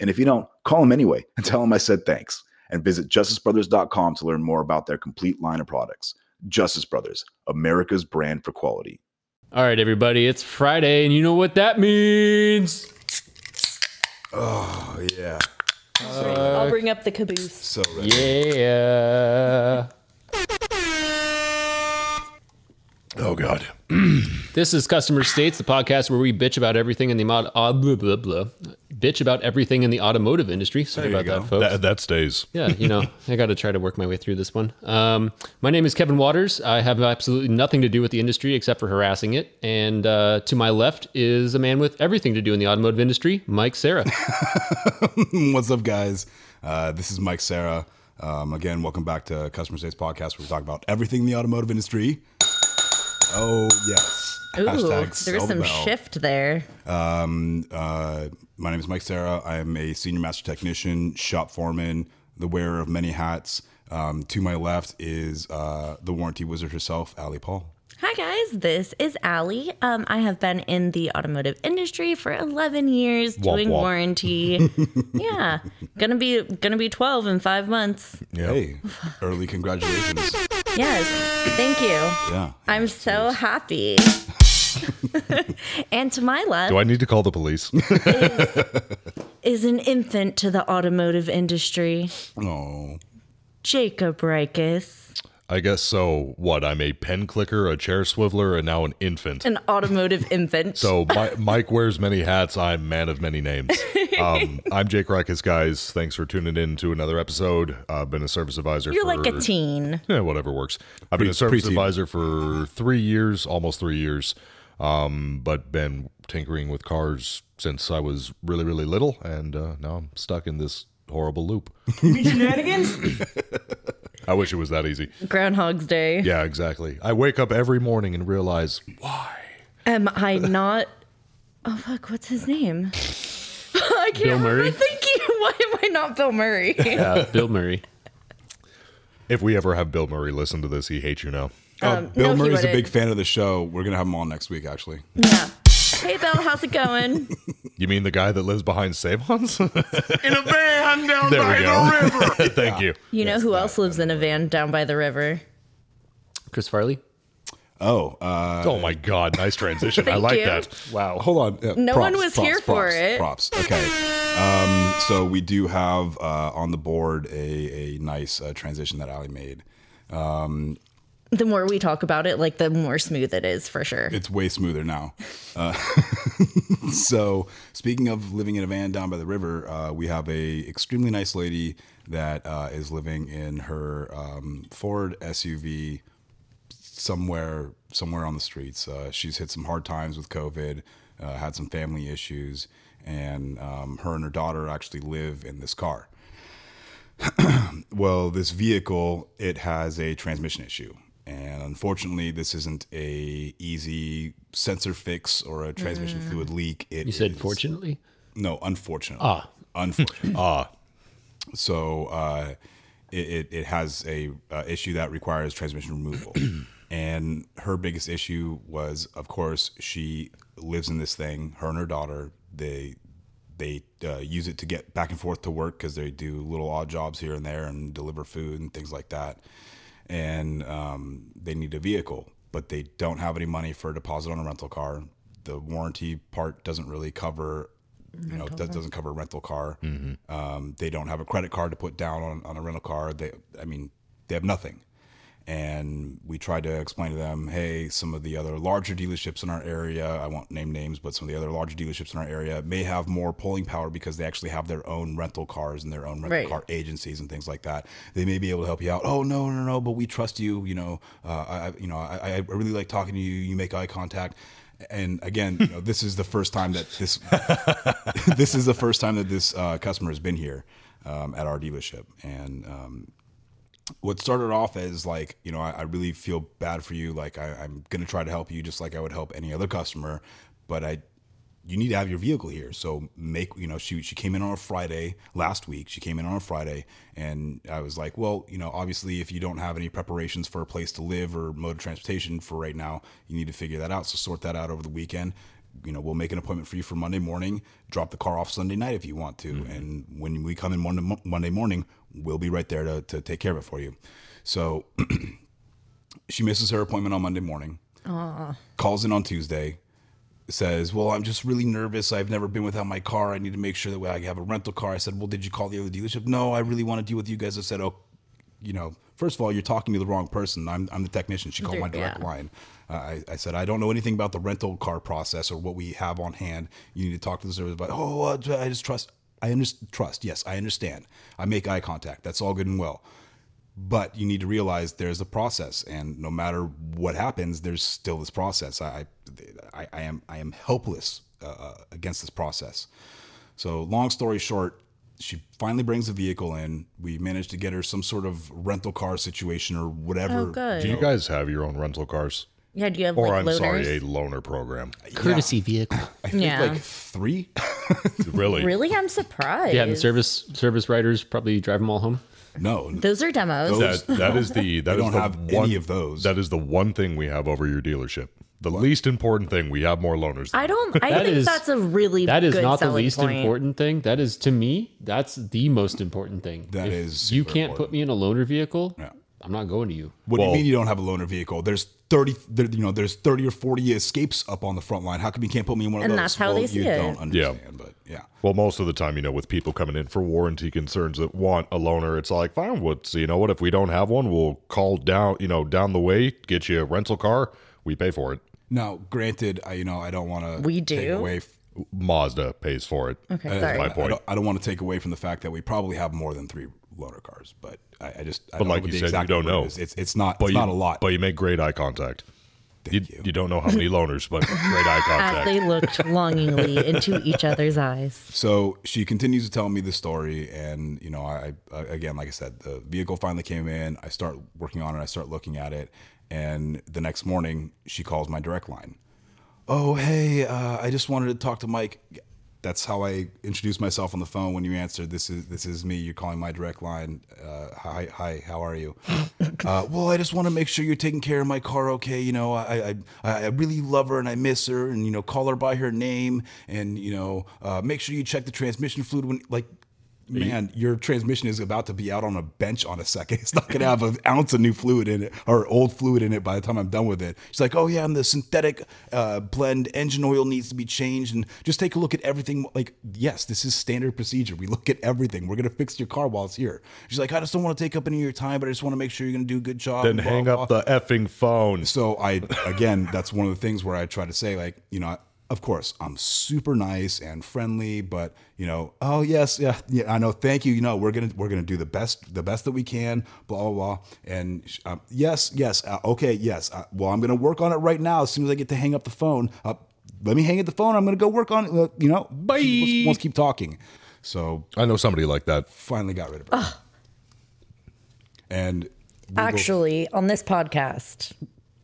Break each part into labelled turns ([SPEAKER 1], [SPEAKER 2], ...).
[SPEAKER 1] And if you don't, call them anyway and tell them I said thanks. And visit justicebrothers.com to learn more about their complete line of products. Justice Brothers, America's brand for quality.
[SPEAKER 2] All right, everybody, it's Friday, and you know what that means.
[SPEAKER 1] Oh, yeah.
[SPEAKER 3] I'll bring up the caboose.
[SPEAKER 1] So ready.
[SPEAKER 2] Yeah.
[SPEAKER 1] Oh, God.
[SPEAKER 2] This is Customer States, the podcast where we bitch about everything in the mod, uh, blah, blah, blah. bitch about everything in the automotive industry. Sorry about that, folks.
[SPEAKER 4] That, that stays.
[SPEAKER 2] yeah, you know, I got to try to work my way through this one. Um, my name is Kevin Waters. I have absolutely nothing to do with the industry except for harassing it. And uh, to my left is a man with everything to do in the automotive industry, Mike Sarah.
[SPEAKER 4] What's up, guys? Uh, this is Mike Sarah. Um, again, welcome back to Customer States Podcast, where we talk about everything in the automotive industry. Oh, yes.
[SPEAKER 5] Ooh,
[SPEAKER 4] Hashtag
[SPEAKER 5] there was
[SPEAKER 4] sell the
[SPEAKER 5] some
[SPEAKER 4] bell.
[SPEAKER 5] shift there.
[SPEAKER 4] Um, uh, my name is Mike Sarah. I am a senior master technician, shop foreman, the wearer of many hats. Um, to my left is uh, the warranty wizard herself, Allie Paul.
[SPEAKER 5] Hi guys, this is Allie. Um, I have been in the automotive industry for 11 years doing
[SPEAKER 4] womp.
[SPEAKER 5] warranty. yeah, gonna be gonna be 12 in five months.
[SPEAKER 4] Hey, early congratulations.
[SPEAKER 5] Yes, thank you.
[SPEAKER 4] Yeah.
[SPEAKER 5] I'm so happy. and to my left
[SPEAKER 6] Do I need to call the police?
[SPEAKER 5] is an infant to the automotive industry,
[SPEAKER 4] Oh,
[SPEAKER 5] Jacob Rikus,
[SPEAKER 6] I guess so. What? I'm a pen clicker, a chair swiveler, and now an infant.
[SPEAKER 5] an automotive infant.
[SPEAKER 6] So Mi- Mike wears many hats. I'm man of many names. Um, I'm Jake Rikus, guys. Thanks for tuning in to another episode. I've been a service advisor.
[SPEAKER 5] You're
[SPEAKER 6] for,
[SPEAKER 5] like a teen.
[SPEAKER 6] Yeah, whatever works. I've been a service
[SPEAKER 4] pre-teen.
[SPEAKER 6] advisor for three years, almost three years, um, but been tinkering with cars since I was really, really little, and uh, now I'm stuck in this horrible loop. I wish it was that easy.
[SPEAKER 5] Groundhog's Day.
[SPEAKER 6] Yeah, exactly. I wake up every morning and realize why.
[SPEAKER 5] Am I not? Oh fuck! What's his name? I can't
[SPEAKER 2] Bill
[SPEAKER 5] remember
[SPEAKER 2] Murray?
[SPEAKER 5] thinking. Why am I not Bill Murray?
[SPEAKER 2] Uh, Bill Murray.
[SPEAKER 6] If we ever have Bill Murray listen to this, he hates you now.
[SPEAKER 4] Uh, Bill
[SPEAKER 5] no, he
[SPEAKER 4] Murray's a
[SPEAKER 5] wouldn't.
[SPEAKER 4] big fan of the show. We're gonna have him on next week, actually.
[SPEAKER 5] yeah. Hey Bill, how's it going?
[SPEAKER 6] You mean the guy that lives behind Savons? In a van down there by the river. Thank you.
[SPEAKER 5] You know who else lives in a van down by the river?
[SPEAKER 2] Chris Farley.
[SPEAKER 4] Oh, uh,
[SPEAKER 6] Oh my God, nice transition. I
[SPEAKER 5] Thank
[SPEAKER 6] like
[SPEAKER 5] you.
[SPEAKER 6] that.
[SPEAKER 2] Wow.
[SPEAKER 4] hold on. Uh,
[SPEAKER 5] No
[SPEAKER 4] props,
[SPEAKER 5] one was
[SPEAKER 4] props,
[SPEAKER 5] here for
[SPEAKER 4] props,
[SPEAKER 5] it.
[SPEAKER 4] Props. Okay. Um, so we do have uh, on the board a, a nice uh, transition that Ali made.
[SPEAKER 5] The more we talk about it, like the more smooth it is for sure.
[SPEAKER 4] It's way smoother now. Uh, so speaking of living in a van down by the river, uh, we have a extremely nice lady that uh, is living in her um, Ford SUV somewhere somewhere on the streets. Uh, she's hit some hard times with COVID, uh, had some family issues, and um, her and her daughter actually live in this car. well, this vehicle it has a transmission issue, and unfortunately, this isn't a easy sensor fix or a transmission fluid leak. It
[SPEAKER 2] You said
[SPEAKER 4] is-
[SPEAKER 2] fortunately.
[SPEAKER 4] no, unfortunately. Ah. Unfortunately. ah. So uh, it, it, it has a uh, issue that requires transmission removal. and her biggest issue was, of course, she lives in this thing, her and her daughter, they they uh, use it to get back and forth to work because they do little odd jobs here and there and deliver food and things like that. And um, they need a vehicle, but they don't have any money for a deposit on a rental car. The warranty part doesn't really cover, you know, does, doesn't cover a rental car. Um, they don't have a credit card to put down on, on a rental car. They, I mean, they have nothing and we tried to explain to them, hey, some of the other larger dealerships in our area, I won't name names, but some of the other larger dealerships in our area may have more pulling power because they actually have their own rental cars and their own rental
[SPEAKER 5] Right.
[SPEAKER 4] car agencies and things like that. They may be able to help you out. Oh no, no, no, but we trust you. You know, uh, I, I- you know, I, I- I really like talking to you. You make eye contact. And again, you know, this is the first time that this this is the first time that this uh, customer has been here um, at our dealership, and um, what started off as like you know I, I really feel bad for you like I, i'm going to try to help you just like i would help any other customer but i you need to have your vehicle here so make you know she, she came in on a friday last week she came in on a friday and i was like well you know obviously if you don't have any preparations for a place to live or mode of transportation for right now you need to figure that out so sort that out over the weekend you know, we'll make an appointment for you for Monday morning. Drop the car off Sunday night if you want to. And when we come in Monday, Monday morning, we'll be right there to, to take care of it for you. So she misses her appointment on Monday morning. Calls in on Tuesday. Says, "Well, I'm just really nervous. I've never been without my car. I need to make sure that I have a rental car." I said, "Well, did you call the other dealership?" No, I really want to deal with you guys. I said, "Oh, you know, first of all, you're talking to the wrong person. I'm, I'm the technician. She called my direct
[SPEAKER 5] Yeah.
[SPEAKER 4] line. Uh, I, I said, I don't know anything about the rental car process or what we have on hand. You need to talk to the service about, oh, uh, I just trust. I understand. Trust. Yes, I understand. I make eye contact. That's all good and well. But you need to realize there's a process, and no matter what happens, there's still this process. I, I, I am, I am helpless uh, uh, against this process. So, long story short, she finally brings the vehicle in. We managed to get her some sort of rental car situation or whatever.
[SPEAKER 5] Oh, good.
[SPEAKER 6] Do you guys have your own rental cars?
[SPEAKER 5] Yeah, do you have
[SPEAKER 6] Or
[SPEAKER 5] like
[SPEAKER 6] I'm
[SPEAKER 5] loaners?
[SPEAKER 6] sorry, a loaner program.
[SPEAKER 2] Courtesy vehicle.
[SPEAKER 4] I think
[SPEAKER 5] Yeah.
[SPEAKER 4] like three.
[SPEAKER 6] Really?
[SPEAKER 5] Really, I'm surprised.
[SPEAKER 2] Yeah, and the service service riders probably drive them all home.
[SPEAKER 4] no,
[SPEAKER 5] Those are demos.
[SPEAKER 6] That that is the that
[SPEAKER 4] I
[SPEAKER 6] is
[SPEAKER 4] don't
[SPEAKER 6] the
[SPEAKER 4] have
[SPEAKER 6] one,
[SPEAKER 4] any of those.
[SPEAKER 6] That is the one thing we have over your dealership. The least important thing we have more loaners. Than
[SPEAKER 5] I don't. I
[SPEAKER 2] That
[SPEAKER 5] think
[SPEAKER 2] is-
[SPEAKER 5] that's a really
[SPEAKER 2] That is
[SPEAKER 5] good
[SPEAKER 2] not the
[SPEAKER 5] selling
[SPEAKER 2] least
[SPEAKER 5] point.
[SPEAKER 2] important thing. That is to me, that's the most important thing.
[SPEAKER 4] That
[SPEAKER 2] That is
[SPEAKER 4] is
[SPEAKER 2] you
[SPEAKER 4] super
[SPEAKER 2] can't
[SPEAKER 4] important.
[SPEAKER 2] put me in a loaner vehicle,
[SPEAKER 4] Yeah.
[SPEAKER 2] I'm not going to you.
[SPEAKER 4] What do
[SPEAKER 6] Well-
[SPEAKER 4] you mean you don't have a loaner vehicle? There's thirty, there, you know, there's thirty or forty escapes up on the front line. How come you can't put me in one of
[SPEAKER 5] And
[SPEAKER 4] those?
[SPEAKER 5] that's how they see
[SPEAKER 4] you
[SPEAKER 5] it.
[SPEAKER 4] don't understand, but yeah,
[SPEAKER 6] Well, most of the time, you know, with people coming in for warranty concerns that want a loaner, it's like, fine, what's you know what? If we don't have one, we'll call down, you know, down the way, get you a rental car. We pay for it.
[SPEAKER 4] Now, granted, I, you know, I don't want to.
[SPEAKER 5] We
[SPEAKER 4] Take
[SPEAKER 5] do?
[SPEAKER 4] away. f-
[SPEAKER 6] Mazda pays for it.
[SPEAKER 5] Okay,
[SPEAKER 6] That's
[SPEAKER 5] sorry.
[SPEAKER 6] my
[SPEAKER 4] I
[SPEAKER 6] point.
[SPEAKER 4] don't, I don't want to take away from the fact that we probably have more than three loaner cars, but I, I just.
[SPEAKER 6] But
[SPEAKER 4] I don't
[SPEAKER 6] like
[SPEAKER 4] know
[SPEAKER 6] you
[SPEAKER 4] what the
[SPEAKER 6] said, you
[SPEAKER 4] exact
[SPEAKER 6] don't
[SPEAKER 4] number
[SPEAKER 6] know.
[SPEAKER 4] is. It's it's not.
[SPEAKER 6] But
[SPEAKER 4] it's
[SPEAKER 6] you,
[SPEAKER 4] not a lot.
[SPEAKER 6] But you make great eye contact. You,
[SPEAKER 4] Thank you.
[SPEAKER 6] you. don't know how many loaners, but great eye
[SPEAKER 5] As
[SPEAKER 6] contact.
[SPEAKER 5] they looked longingly into each other's eyes.
[SPEAKER 4] So she continues to tell me the story, and you know, I, I again, like I said, the vehicle finally came in. I start working on it. I start looking at it, and the next morning, she calls my direct line. Oh, hey, uh, I just wanted to talk to Mike. That's how I introduce myself on the phone when you answer. This is this is me. You're calling my direct line. Uh, hi, hi, how are you? uh, well, I just want to make sure you're taking care of my car, okay? You know, I, I I really love her and I miss her, and you know, call her by her name, and you know, uh, make sure you check the transmission fluid when like. Man, your transmission is about to be out on a bench on a second. It's not going to have an ounce of new fluid in it or old fluid in it by the time I'm done with it. She's like, "Oh yeah, and the synthetic uh, blend engine oil needs to be changed, and just take a look at everything." Like, yes, this is standard procedure. We look at everything. We're going to fix your car while it's here. She's like, "I just don't want to take up any of your time, but I just want to make sure you're going to do a good job."
[SPEAKER 6] Then
[SPEAKER 4] and blah,
[SPEAKER 6] hang
[SPEAKER 4] blah,
[SPEAKER 6] up the effing phone.
[SPEAKER 4] so I again, that's one of the things where I try to say like, you know, of course I'm super nice and friendly, but you know, oh yes, yeah, yeah, I know. Thank you. You know, we're gonna we're gonna do the best the best that we can. Blah blah blah. And sh- um, yes, yes, uh, okay, yes. Uh, well, I'm gonna work on it right now. As soon as I get to hang up the phone, uh, let me hang up the phone. I'm gonna go work on it. uh, You know, bye. She wants to keep talking. So
[SPEAKER 6] I know somebody like that.
[SPEAKER 4] finally got rid of her. And
[SPEAKER 5] Actually, on this podcast,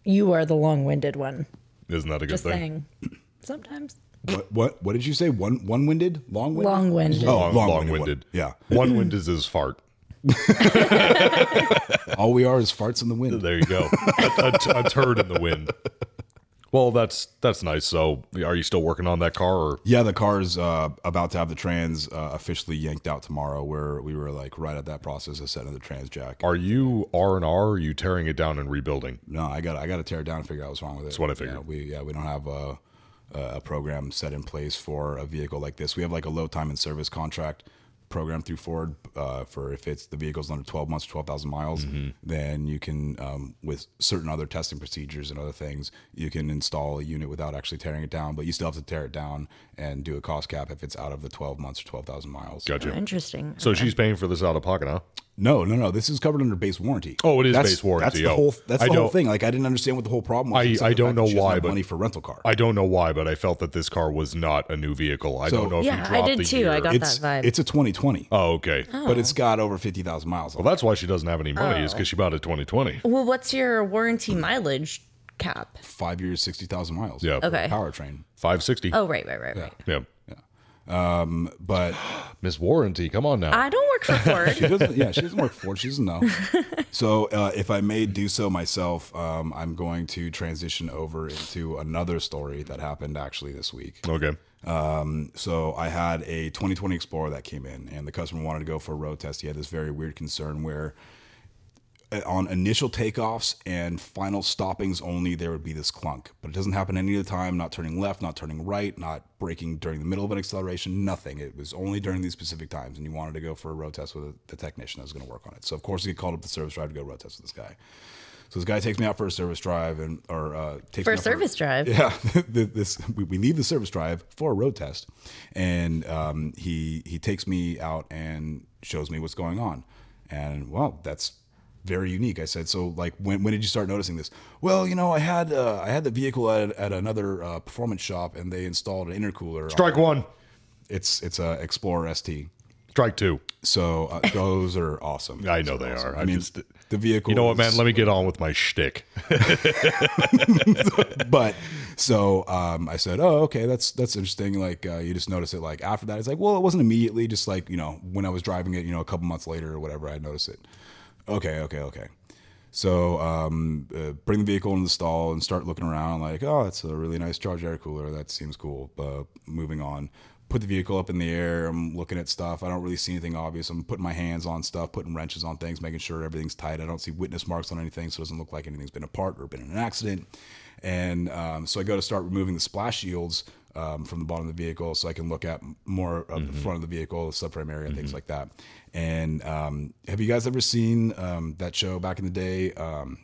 [SPEAKER 5] you are the long-winded one.
[SPEAKER 6] Isn't that a good
[SPEAKER 5] Just
[SPEAKER 6] thing?
[SPEAKER 5] saying. Sometimes
[SPEAKER 4] what what what did you say? One one winded, long winded,
[SPEAKER 5] long-winded.
[SPEAKER 4] Oh.
[SPEAKER 6] Long,
[SPEAKER 4] long-winded
[SPEAKER 6] long winded.
[SPEAKER 4] one. Yeah.
[SPEAKER 6] One wind is his fart.
[SPEAKER 4] All we are is farts in the wind.
[SPEAKER 6] There you go. a, a, a turd in the wind. Well, that's that's nice. So, are you still working on that car? Or?
[SPEAKER 4] Yeah, the car's uh, about to have the trans uh, officially yanked out tomorrow. Where we were like right at that process of setting the trans jack.
[SPEAKER 6] Are you R and R? Are you tearing it down and rebuilding?
[SPEAKER 4] No, I got I got to tear it down and figure out what's wrong with it.
[SPEAKER 6] That's what I figured.
[SPEAKER 4] Yeah, we yeah we don't have a, a program set in place for a vehicle like this. We have like a low time and service contract program through Ford uh, for if it's the vehicle's under 12 months, 12,000 miles,
[SPEAKER 6] Mm-hmm.
[SPEAKER 4] then you can, um, with certain other testing procedures and other things, you can install a unit without actually tearing it down, but you still have to tear it down and do a cost cap if it's out of the 12 months or 12,000 miles.
[SPEAKER 6] Gotcha.
[SPEAKER 5] Interesting.
[SPEAKER 6] So she's paying for this out of pocket, huh?
[SPEAKER 4] No, no, no. This is covered under base warranty.
[SPEAKER 6] Oh, it is
[SPEAKER 4] That's-
[SPEAKER 6] base warranty,
[SPEAKER 4] That's the
[SPEAKER 6] oh.
[SPEAKER 4] whole, that's
[SPEAKER 6] I
[SPEAKER 4] the whole
[SPEAKER 6] don't-
[SPEAKER 4] thing. Like, I didn't understand what the whole problem was.
[SPEAKER 6] I-
[SPEAKER 4] except
[SPEAKER 6] I
[SPEAKER 4] the
[SPEAKER 6] don't
[SPEAKER 4] fact
[SPEAKER 6] know
[SPEAKER 4] that she doesn't
[SPEAKER 6] why,
[SPEAKER 4] have
[SPEAKER 6] but-
[SPEAKER 4] money for rental car.
[SPEAKER 6] I don't know why, but I felt that this car was not a new vehicle. I
[SPEAKER 4] So-
[SPEAKER 6] don't know if
[SPEAKER 5] Yeah,
[SPEAKER 6] you
[SPEAKER 5] I
[SPEAKER 6] dropped
[SPEAKER 5] did
[SPEAKER 6] the
[SPEAKER 5] too. I
[SPEAKER 6] year.
[SPEAKER 5] got-
[SPEAKER 4] it's,
[SPEAKER 5] that vibe.
[SPEAKER 4] it's a 2020,
[SPEAKER 6] Oh, okay.
[SPEAKER 4] but it's got over 50,000 miles. on it.
[SPEAKER 6] Well, that's why she doesn't have any money is
[SPEAKER 5] Oh.
[SPEAKER 6] because she bought a 2020.
[SPEAKER 5] Well, what's your warranty mileage cap?
[SPEAKER 4] Five years, 60,000 miles.
[SPEAKER 6] Yeah.
[SPEAKER 4] for a
[SPEAKER 5] Okay.
[SPEAKER 4] Powertrain.
[SPEAKER 6] 560.
[SPEAKER 5] Oh, right, right, right, right.
[SPEAKER 6] Yeah.
[SPEAKER 4] But
[SPEAKER 6] Miss Warranty, come on now.
[SPEAKER 5] I don't work for Ford.
[SPEAKER 4] She doesn't, yeah, she doesn't work for it. She doesn't know. so, uh, if I may do so myself, um, I'm going to transition over into another story that happened actually this week.
[SPEAKER 6] okay.
[SPEAKER 4] So, I had a 2020 Explorer that came in, and the customer wanted to go for a road test. He had this very weird concern where eh, on initial takeoffs and final stoppings only, there would be this clunk. But it doesn't happen any of the time, not turning left, not turning right, not braking during the middle of an acceleration, nothing. It was only during these specific times. And you wanted to go for a road test with the technician that was going to work on it. So, of course, he called up the service drive to go road test with this guy. So this guy takes me out for a service drive and or uh, takes
[SPEAKER 5] For
[SPEAKER 4] me
[SPEAKER 5] a
[SPEAKER 4] out
[SPEAKER 5] service drive?
[SPEAKER 4] Yeah, th- this we, we leave the service drive for a road test, and um, he he takes me out and shows me what's going on, and well, that's very unique. I said, so like when, when did you start noticing this? Well, you know, I had uh, I had the vehicle at, at another uh, performance shop, and they installed an intercooler.
[SPEAKER 6] Strike one,
[SPEAKER 4] It's it's a Explorer ST.
[SPEAKER 6] strike two.
[SPEAKER 4] So uh, those are awesome.
[SPEAKER 6] I know
[SPEAKER 4] Those are
[SPEAKER 6] they
[SPEAKER 4] awesome.
[SPEAKER 6] are.
[SPEAKER 4] I,
[SPEAKER 6] I
[SPEAKER 4] mean,
[SPEAKER 6] just-
[SPEAKER 4] the vehicle.
[SPEAKER 6] You know what,
[SPEAKER 4] is-
[SPEAKER 6] man? Let me get on with my shtick.
[SPEAKER 4] but so um, I said, "Oh, okay, that's that's interesting." Like uh, you just notice it. Like after that, it's like, well, it wasn't immediately. Just like you know, when I was driving it, you know, a couple months later or whatever, I noticed it. Okay, okay, okay. So um, uh, bring the vehicle into the stall and start looking around. Like, oh, it's a really nice charged air cooler. That seems cool. But moving on. Put the vehicle up in the air. I'm looking at stuff. I don't really see anything obvious. I'm putting my hands on stuff, putting wrenches on things, making sure everything's tight. I don't see witness marks on anything, so it doesn't look like anything's been apart or been in an accident. And um, so I go to start removing the splash shields um, from the bottom of the vehicle so I can look at more of
[SPEAKER 6] Mm-hmm.
[SPEAKER 4] the front of the vehicle, the subframe area, and things like that. And um, have you guys ever seen um, that show back in the day, um,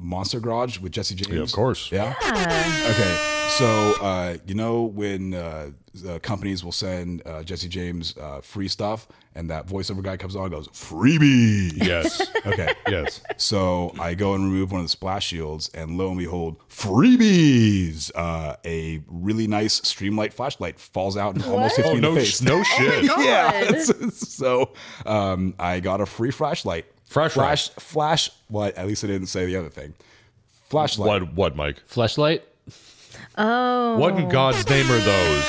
[SPEAKER 4] Monster Garage with Jesse James?
[SPEAKER 6] of course.
[SPEAKER 4] Yeah. Okay. So, uh, you know, when uh, the companies will send uh, Jesse James uh, free stuff and that voiceover guy comes on and goes, freebie.
[SPEAKER 6] Yes.
[SPEAKER 4] Okay.
[SPEAKER 6] yes.
[SPEAKER 4] So I go and remove one of the splash shields, and lo and behold, freebies! Uh, a really nice streamlight flashlight falls out and almost hits
[SPEAKER 6] Oh,
[SPEAKER 4] me in
[SPEAKER 6] no,
[SPEAKER 4] the face.
[SPEAKER 6] sh- no shit.
[SPEAKER 4] yeah. so um, I got a free flashlight.
[SPEAKER 6] Flashlight.
[SPEAKER 4] Flash. Flash. Well, at least I didn't say the other thing. Flashlight.
[SPEAKER 6] What, what, Mike?
[SPEAKER 2] Fleshlight?
[SPEAKER 6] What in God's name are those?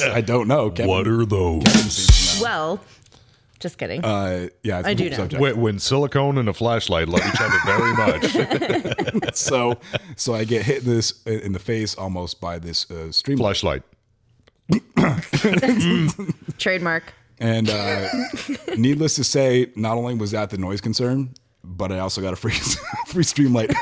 [SPEAKER 4] I don't know. Kevin,
[SPEAKER 6] What are those?
[SPEAKER 5] well, just kidding.
[SPEAKER 4] Uh, yeah, it's a
[SPEAKER 5] do
[SPEAKER 4] poop
[SPEAKER 5] know.
[SPEAKER 4] subject.
[SPEAKER 6] When, when silicone and a flashlight love each other very much,
[SPEAKER 4] So, so I get hit this in the face almost by this uh, streamlight.
[SPEAKER 6] flashlight.
[SPEAKER 5] Trademark.
[SPEAKER 4] And uh, needless to say, not only was that the noise concern, but I also got a free free streamlight,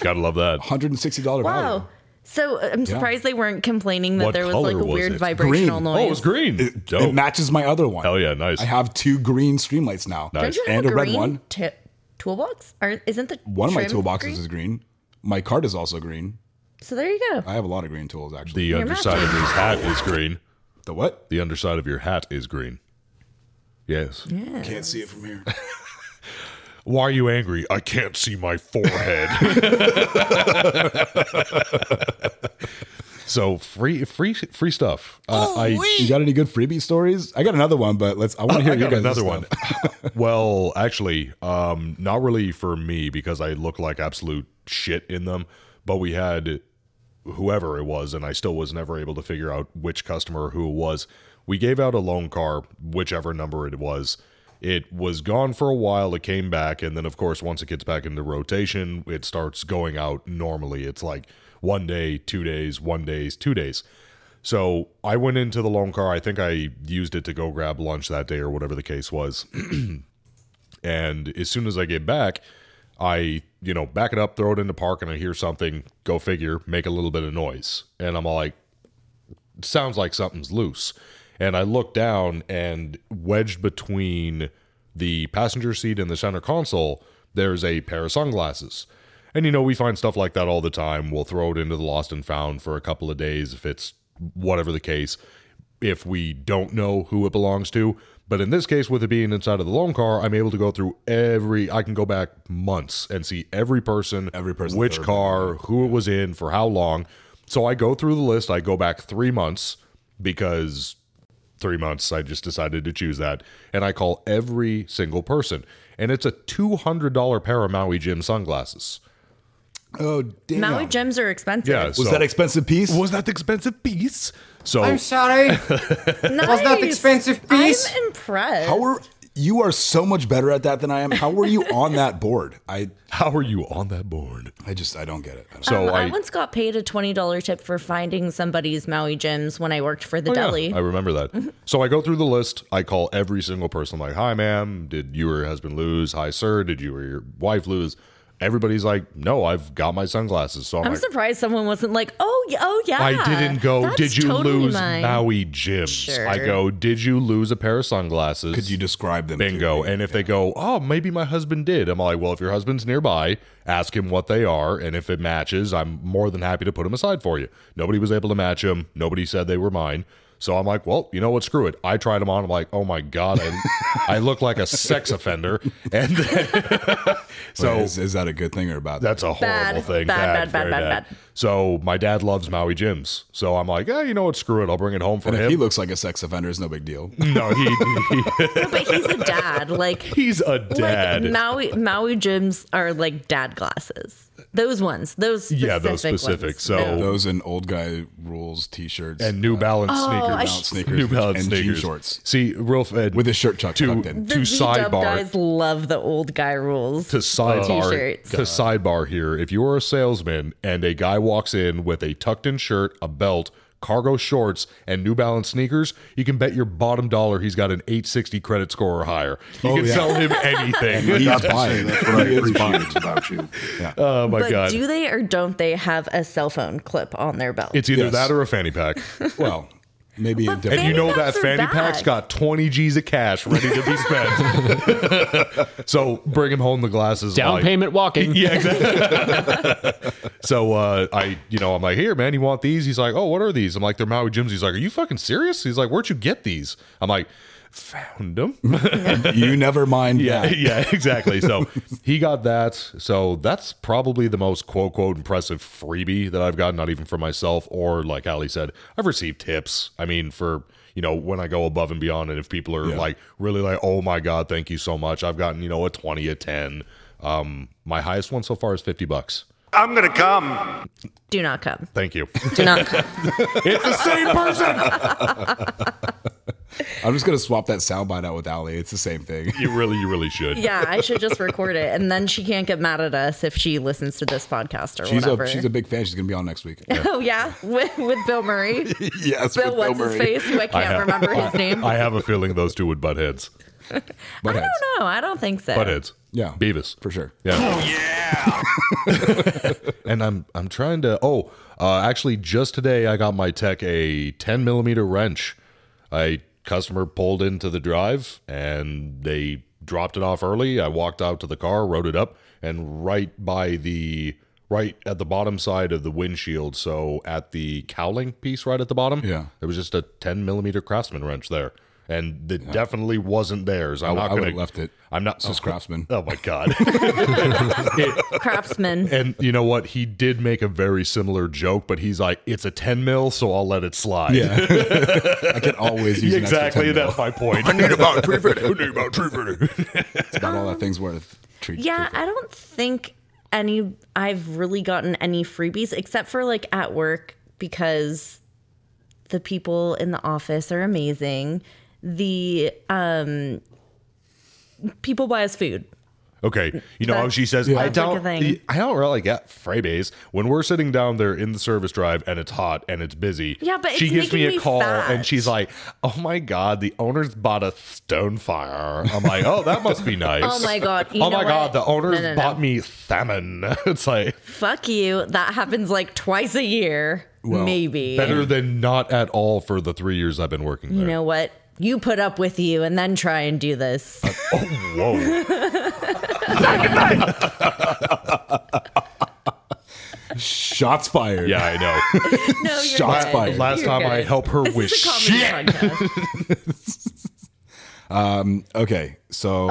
[SPEAKER 6] Gotta love that.
[SPEAKER 4] hundred and sixty dollar value.
[SPEAKER 5] Wow. So uh, I'm surprised they weren't complaining that
[SPEAKER 6] What
[SPEAKER 5] there was like
[SPEAKER 6] color
[SPEAKER 5] a
[SPEAKER 6] was
[SPEAKER 5] weird
[SPEAKER 6] it?
[SPEAKER 5] vibrational
[SPEAKER 4] Green.
[SPEAKER 5] noise.
[SPEAKER 6] Oh, it was green.
[SPEAKER 4] It
[SPEAKER 6] Dope.
[SPEAKER 4] matches my other one.
[SPEAKER 6] Hell yeah, nice.
[SPEAKER 4] I have two green streamlights now,
[SPEAKER 5] Don't you have
[SPEAKER 4] and a,
[SPEAKER 5] a,
[SPEAKER 4] red
[SPEAKER 5] green
[SPEAKER 4] one.
[SPEAKER 5] ti- toolbox? Aren't, isn't the
[SPEAKER 4] One of my
[SPEAKER 5] trim
[SPEAKER 4] toolboxes
[SPEAKER 5] green?
[SPEAKER 4] is green. My card is also green.
[SPEAKER 5] So there you go.
[SPEAKER 4] I have a lot of green tools actually.
[SPEAKER 6] The uh, underside of his hat is green.
[SPEAKER 4] The, what?
[SPEAKER 6] The underside of your hat is green. Yes.
[SPEAKER 4] Can't see it from here.
[SPEAKER 6] Why are you angry? I can't see my forehead. so free, free, free stuff. Uh, I,
[SPEAKER 4] you got any good freebie stories? I got another one, but let's. I want to hear
[SPEAKER 6] I
[SPEAKER 4] your
[SPEAKER 6] got
[SPEAKER 4] guys'
[SPEAKER 6] another
[SPEAKER 4] stuff.
[SPEAKER 6] one. well, actually, um, not really for me because I look like absolute shit in them. But we had whoever it was, and I still was never able to figure out which customer who it was. We gave out a loan car, whichever number it was, It was gone for a while. It came back, and then of course, once it gets back into rotation, it starts going out normally. It's like one day, two days, one days, two days. So I went into the loan car. I think I used it to go grab lunch that day or whatever the case was. and as soon as I get back, I, you know, back it up, throw it into park, and I hear something, go figure, make a little bit of noise. And I'm all like, sounds like something's loose. And I look down and wedged between the passenger seat and the center console, there's a pair of sunglasses. And you know, we find stuff like that all the time. We'll throw it into the lost and found for a couple of days if it's whatever the case, if we don't know who it belongs to. But in this case, with it being inside of the loan car, I'm able to go through every, I can go back months and see every person,
[SPEAKER 4] Every person
[SPEAKER 6] which
[SPEAKER 4] they're-
[SPEAKER 6] car, who it was in, for how long. So I go through the list, I go back three months because three months. I just decided to choose that. And I call every single person. And it's a $200 pair of Maui Jim sunglasses.
[SPEAKER 4] Oh damn!
[SPEAKER 5] Maui gems are expensive.
[SPEAKER 6] Yeah.
[SPEAKER 4] was
[SPEAKER 6] so-
[SPEAKER 4] that expensive piece?
[SPEAKER 6] was that expensive piece? So
[SPEAKER 7] I'm sorry.
[SPEAKER 5] Nice.
[SPEAKER 7] Was that expensive piece?
[SPEAKER 5] I'm impressed.
[SPEAKER 4] How were you are so much better at that than I am? How were you on that board? I
[SPEAKER 6] how are you on that board?
[SPEAKER 4] I just I don't get it. I don't-
[SPEAKER 6] So
[SPEAKER 5] Um, I,
[SPEAKER 6] I,
[SPEAKER 5] once got paid a twenty dollar tip for finding somebody's Maui gems when I worked for the
[SPEAKER 6] Oh, Yeah,
[SPEAKER 5] deli. Mm-hmm.
[SPEAKER 6] I remember that. So I go through the list. I call every single person. like, hi, ma'am. Did you or your husband lose? Hi, sir. Did you or your wife lose? Everybody's like, no, I've got my sunglasses. So I'm,
[SPEAKER 5] I'm
[SPEAKER 6] like,
[SPEAKER 5] surprised someone wasn't like, "Oh, y- oh yeah."
[SPEAKER 6] I didn't go.
[SPEAKER 5] That's
[SPEAKER 6] did you
[SPEAKER 5] totally
[SPEAKER 6] lose
[SPEAKER 5] mine."
[SPEAKER 6] Maui Jim's? I
[SPEAKER 5] Sure.
[SPEAKER 6] go. Did you lose a pair of sunglasses?
[SPEAKER 4] Could you describe them? to
[SPEAKER 6] bingo?
[SPEAKER 4] me?
[SPEAKER 6] And if they go, oh, maybe my husband did. I'm like, well, if your husband's nearby, ask him what they are, and if it matches, I'm more than happy to put them aside for you. Nobody was able to match them. Nobody said they were mine. So I'm like, well, you know what? Screw it. I tried them on. I'm like, oh my god, I, I look like a sex offender. And then, so
[SPEAKER 4] is, is that a good thing or about that?
[SPEAKER 6] that's a horrible
[SPEAKER 5] Bad, bad,
[SPEAKER 6] thing.
[SPEAKER 5] bad, bad,
[SPEAKER 6] very
[SPEAKER 5] bad, bad.
[SPEAKER 6] So my dad loves Maui Jim's. So I'm like, eh, you know what? Screw it. I'll bring it home for
[SPEAKER 4] And
[SPEAKER 6] him.
[SPEAKER 4] if he looks like a sex offender, it's no big deal.
[SPEAKER 6] no, he, he-
[SPEAKER 5] No, but he's a dad. Like,
[SPEAKER 6] he's a dad.
[SPEAKER 5] like Maui Maui gems are like dad glasses. Those ones. Those specific
[SPEAKER 6] Yeah, those specific.
[SPEAKER 5] Ones.
[SPEAKER 6] So-
[SPEAKER 5] Yeah.
[SPEAKER 4] Those and old guy rules t-shirts
[SPEAKER 6] and New Balance
[SPEAKER 5] Oh, I sh-
[SPEAKER 6] sneakers.
[SPEAKER 4] Balance sneakers,
[SPEAKER 6] New Balance
[SPEAKER 4] and
[SPEAKER 6] sneakers.
[SPEAKER 4] jean shorts
[SPEAKER 6] See, real fed
[SPEAKER 4] with his shirt tucked
[SPEAKER 6] to
[SPEAKER 4] tucked in.
[SPEAKER 5] the
[SPEAKER 6] to
[SPEAKER 5] V-Dub
[SPEAKER 6] sidebar Oh
[SPEAKER 5] guys love the old guy rules.
[SPEAKER 6] to sidebar
[SPEAKER 5] T-shirts.
[SPEAKER 6] to sidebar here. If you are a salesman and a guy walks in with a tucked-in shirt, a belt. Cargo shorts and New Balance sneakers, you can bet your bottom dollar he's got an 860 credit score or higher. You can
[SPEAKER 4] Oh, yeah.
[SPEAKER 6] sell him anything.
[SPEAKER 4] He's
[SPEAKER 1] That's what I'm saying.
[SPEAKER 4] buying.
[SPEAKER 1] That's what I
[SPEAKER 4] He is buying.
[SPEAKER 1] appreciate about you.
[SPEAKER 6] oh my
[SPEAKER 5] but
[SPEAKER 6] God.
[SPEAKER 5] do they or don't they have a cell phone clip on their belt?
[SPEAKER 6] It's either
[SPEAKER 4] Yes.
[SPEAKER 6] that or a fanny pack.
[SPEAKER 4] Well, maybe a different.
[SPEAKER 5] Fanny
[SPEAKER 6] And you know that
[SPEAKER 5] packs are
[SPEAKER 6] fanny pack's
[SPEAKER 5] bad.
[SPEAKER 6] got 20 G's of cash ready to be spent. so bring him home the glasses.
[SPEAKER 2] Down
[SPEAKER 6] like-
[SPEAKER 2] payment walking.
[SPEAKER 6] Yeah, exactly. so uh, I, you know, I'm like, here, man, you want these? He's like, oh, what are these? I'm like, they're Maui Jims. He's like, are you fucking serious? He's like, where'd you get these? I'm like, found them.
[SPEAKER 4] you never mind.
[SPEAKER 6] Yeah,
[SPEAKER 4] that.
[SPEAKER 6] yeah, exactly. So he got that. So that's probably the most quote quote impressive freebie that I've gotten, not even for myself or like Ali said, I've received tips. I mean, for you know, when I go above and beyond and if people are
[SPEAKER 4] Yeah.
[SPEAKER 6] like really like, Oh my god, thank you so much. I've gotten, you know, a twenty, a ten. Um, my highest one so far is fifty bucks.
[SPEAKER 7] I'm gonna come.
[SPEAKER 5] do not come.
[SPEAKER 6] Thank you.
[SPEAKER 5] Do not come.
[SPEAKER 6] it's the same person.
[SPEAKER 4] I'm just gonna swap that soundbite out with Ali. It's the same thing.
[SPEAKER 6] You really, you really should.
[SPEAKER 5] yeah, I should just record it, and then she can't get mad at us if she listens to this podcast or
[SPEAKER 4] She's
[SPEAKER 5] whatever.
[SPEAKER 4] a she's a big fan. She's gonna be on next week.
[SPEAKER 5] oh yeah, with, with Bill Murray.
[SPEAKER 4] yes,
[SPEAKER 5] Bill, what's his face? Who I can't
[SPEAKER 6] have-
[SPEAKER 5] remember his name.
[SPEAKER 6] I have a feeling those two would butt heads.
[SPEAKER 5] I don't know. I don't think so.
[SPEAKER 6] Butt heads.
[SPEAKER 4] Yeah,
[SPEAKER 6] Beavis.
[SPEAKER 4] for sure.
[SPEAKER 6] Yeah.
[SPEAKER 4] Oh,
[SPEAKER 6] and I'm I'm trying to. Oh, uh, actually, just today I got my tech a 10 millimeter wrench. I customer pulled into the drive and they dropped it off early. I walked out to the car, rode it up, and right by the right at the bottom side of the windshield, so at the cowling piece right at the bottom,
[SPEAKER 4] Yeah.
[SPEAKER 6] there was just a 10 millimeter Craftsman wrench there. And it definitely wasn't theirs. I'm
[SPEAKER 4] I
[SPEAKER 6] not
[SPEAKER 4] would've
[SPEAKER 6] gonna
[SPEAKER 4] left it.
[SPEAKER 6] I'm not.
[SPEAKER 4] This is Craftsman.
[SPEAKER 6] Oh my god.
[SPEAKER 5] Craftsman.
[SPEAKER 6] And you know what? He did make a very similar joke, but he's like, "It's a ten mil, so I'll let it slide."
[SPEAKER 4] Yeah, I can always use an extra
[SPEAKER 6] exactly.
[SPEAKER 4] 10 mil.
[SPEAKER 6] That's my point. I need about three fifty. I need about three fifty.
[SPEAKER 4] It's about all that thing's worth. Treat,
[SPEAKER 5] Yeah,
[SPEAKER 4] treat-
[SPEAKER 5] I don't think any. I've really gotten any freebies except for like at work because the people in the office are amazing. The um people buy us food.
[SPEAKER 6] Okay, you know how she says, "I
[SPEAKER 5] that's like a
[SPEAKER 6] don't, e,
[SPEAKER 5] thing.
[SPEAKER 6] I don't really get Fridays when we're sitting down there in the service drive and it's hot and it's busy."
[SPEAKER 5] Yeah, but
[SPEAKER 6] she
[SPEAKER 5] it's
[SPEAKER 6] gives me a
[SPEAKER 5] making me
[SPEAKER 6] call
[SPEAKER 5] fat.
[SPEAKER 6] and she's like, "Oh my god, the owners bought a stone fire." I'm like, "Oh, that must be nice."
[SPEAKER 5] Oh my god! you
[SPEAKER 6] oh
[SPEAKER 5] know
[SPEAKER 6] my god,
[SPEAKER 5] what?
[SPEAKER 6] the owners
[SPEAKER 5] No, no, no.
[SPEAKER 6] bought me salmon. it's like
[SPEAKER 5] Fuck you. That happens like twice a year, maybe.
[SPEAKER 6] better than not at all for the three years I've been working there.
[SPEAKER 5] You know what? You put up with you and then try and do
[SPEAKER 6] Uh,
[SPEAKER 5] this.
[SPEAKER 6] Whoa.
[SPEAKER 4] Shots fired.
[SPEAKER 6] Yeah, I know.
[SPEAKER 5] no, you're
[SPEAKER 4] Shots
[SPEAKER 5] good.
[SPEAKER 4] fired.
[SPEAKER 6] Last
[SPEAKER 5] You're
[SPEAKER 6] time I
[SPEAKER 5] good.
[SPEAKER 6] help her
[SPEAKER 5] This
[SPEAKER 6] with
[SPEAKER 5] is a comedy
[SPEAKER 6] shit.
[SPEAKER 5] podcast.
[SPEAKER 4] Okay. So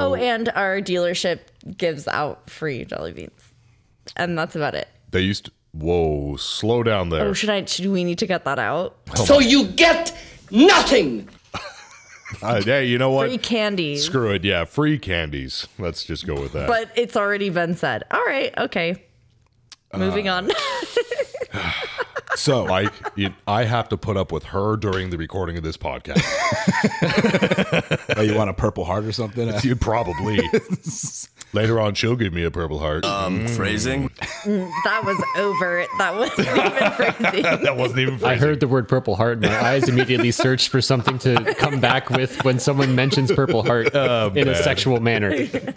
[SPEAKER 5] Oh, and our dealership gives out free jelly beans, and that's about it.
[SPEAKER 6] They used to, whoa, slow down there.
[SPEAKER 5] Oh, should I? Should we need to get that out?
[SPEAKER 8] So you get nothing.
[SPEAKER 6] Uh, hey, you know what?
[SPEAKER 5] Oh, Free candies,
[SPEAKER 6] Screw it. Yeah, free candies. Let's just go with that.
[SPEAKER 5] but it's already been said. All right, okay. Moving
[SPEAKER 6] Uh.
[SPEAKER 5] on.
[SPEAKER 4] so
[SPEAKER 6] Mike, you, I have to put up with her during the recording of this podcast.
[SPEAKER 4] oh, you want a purple heart or something?
[SPEAKER 6] you probably. Later on, she'll give me a purple heart.
[SPEAKER 9] Phrasing?
[SPEAKER 5] that was over. it. That was not even crazy.
[SPEAKER 6] that wasn't even
[SPEAKER 2] I
[SPEAKER 6] phrasing.
[SPEAKER 2] heard the word Purple Heart, and my eyes immediately searched for something to come back with when someone mentions Purple Heart in a sexual manner.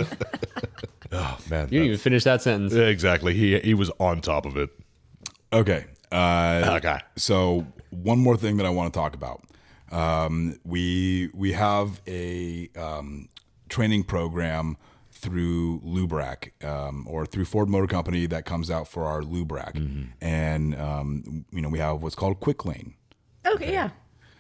[SPEAKER 2] You didn't
[SPEAKER 6] Man,
[SPEAKER 2] even finish that sentence.
[SPEAKER 6] that- exactly. He he was on top of it.
[SPEAKER 4] okay. Uh,
[SPEAKER 6] Okay.
[SPEAKER 4] So one more thing that I want to talk about. Um, we we have a um, training program through Lubrac um, or through Ford Motor Company that comes out for our Lubrac, and um, you know we have what's called Quick Lane.
[SPEAKER 5] okay, yeah.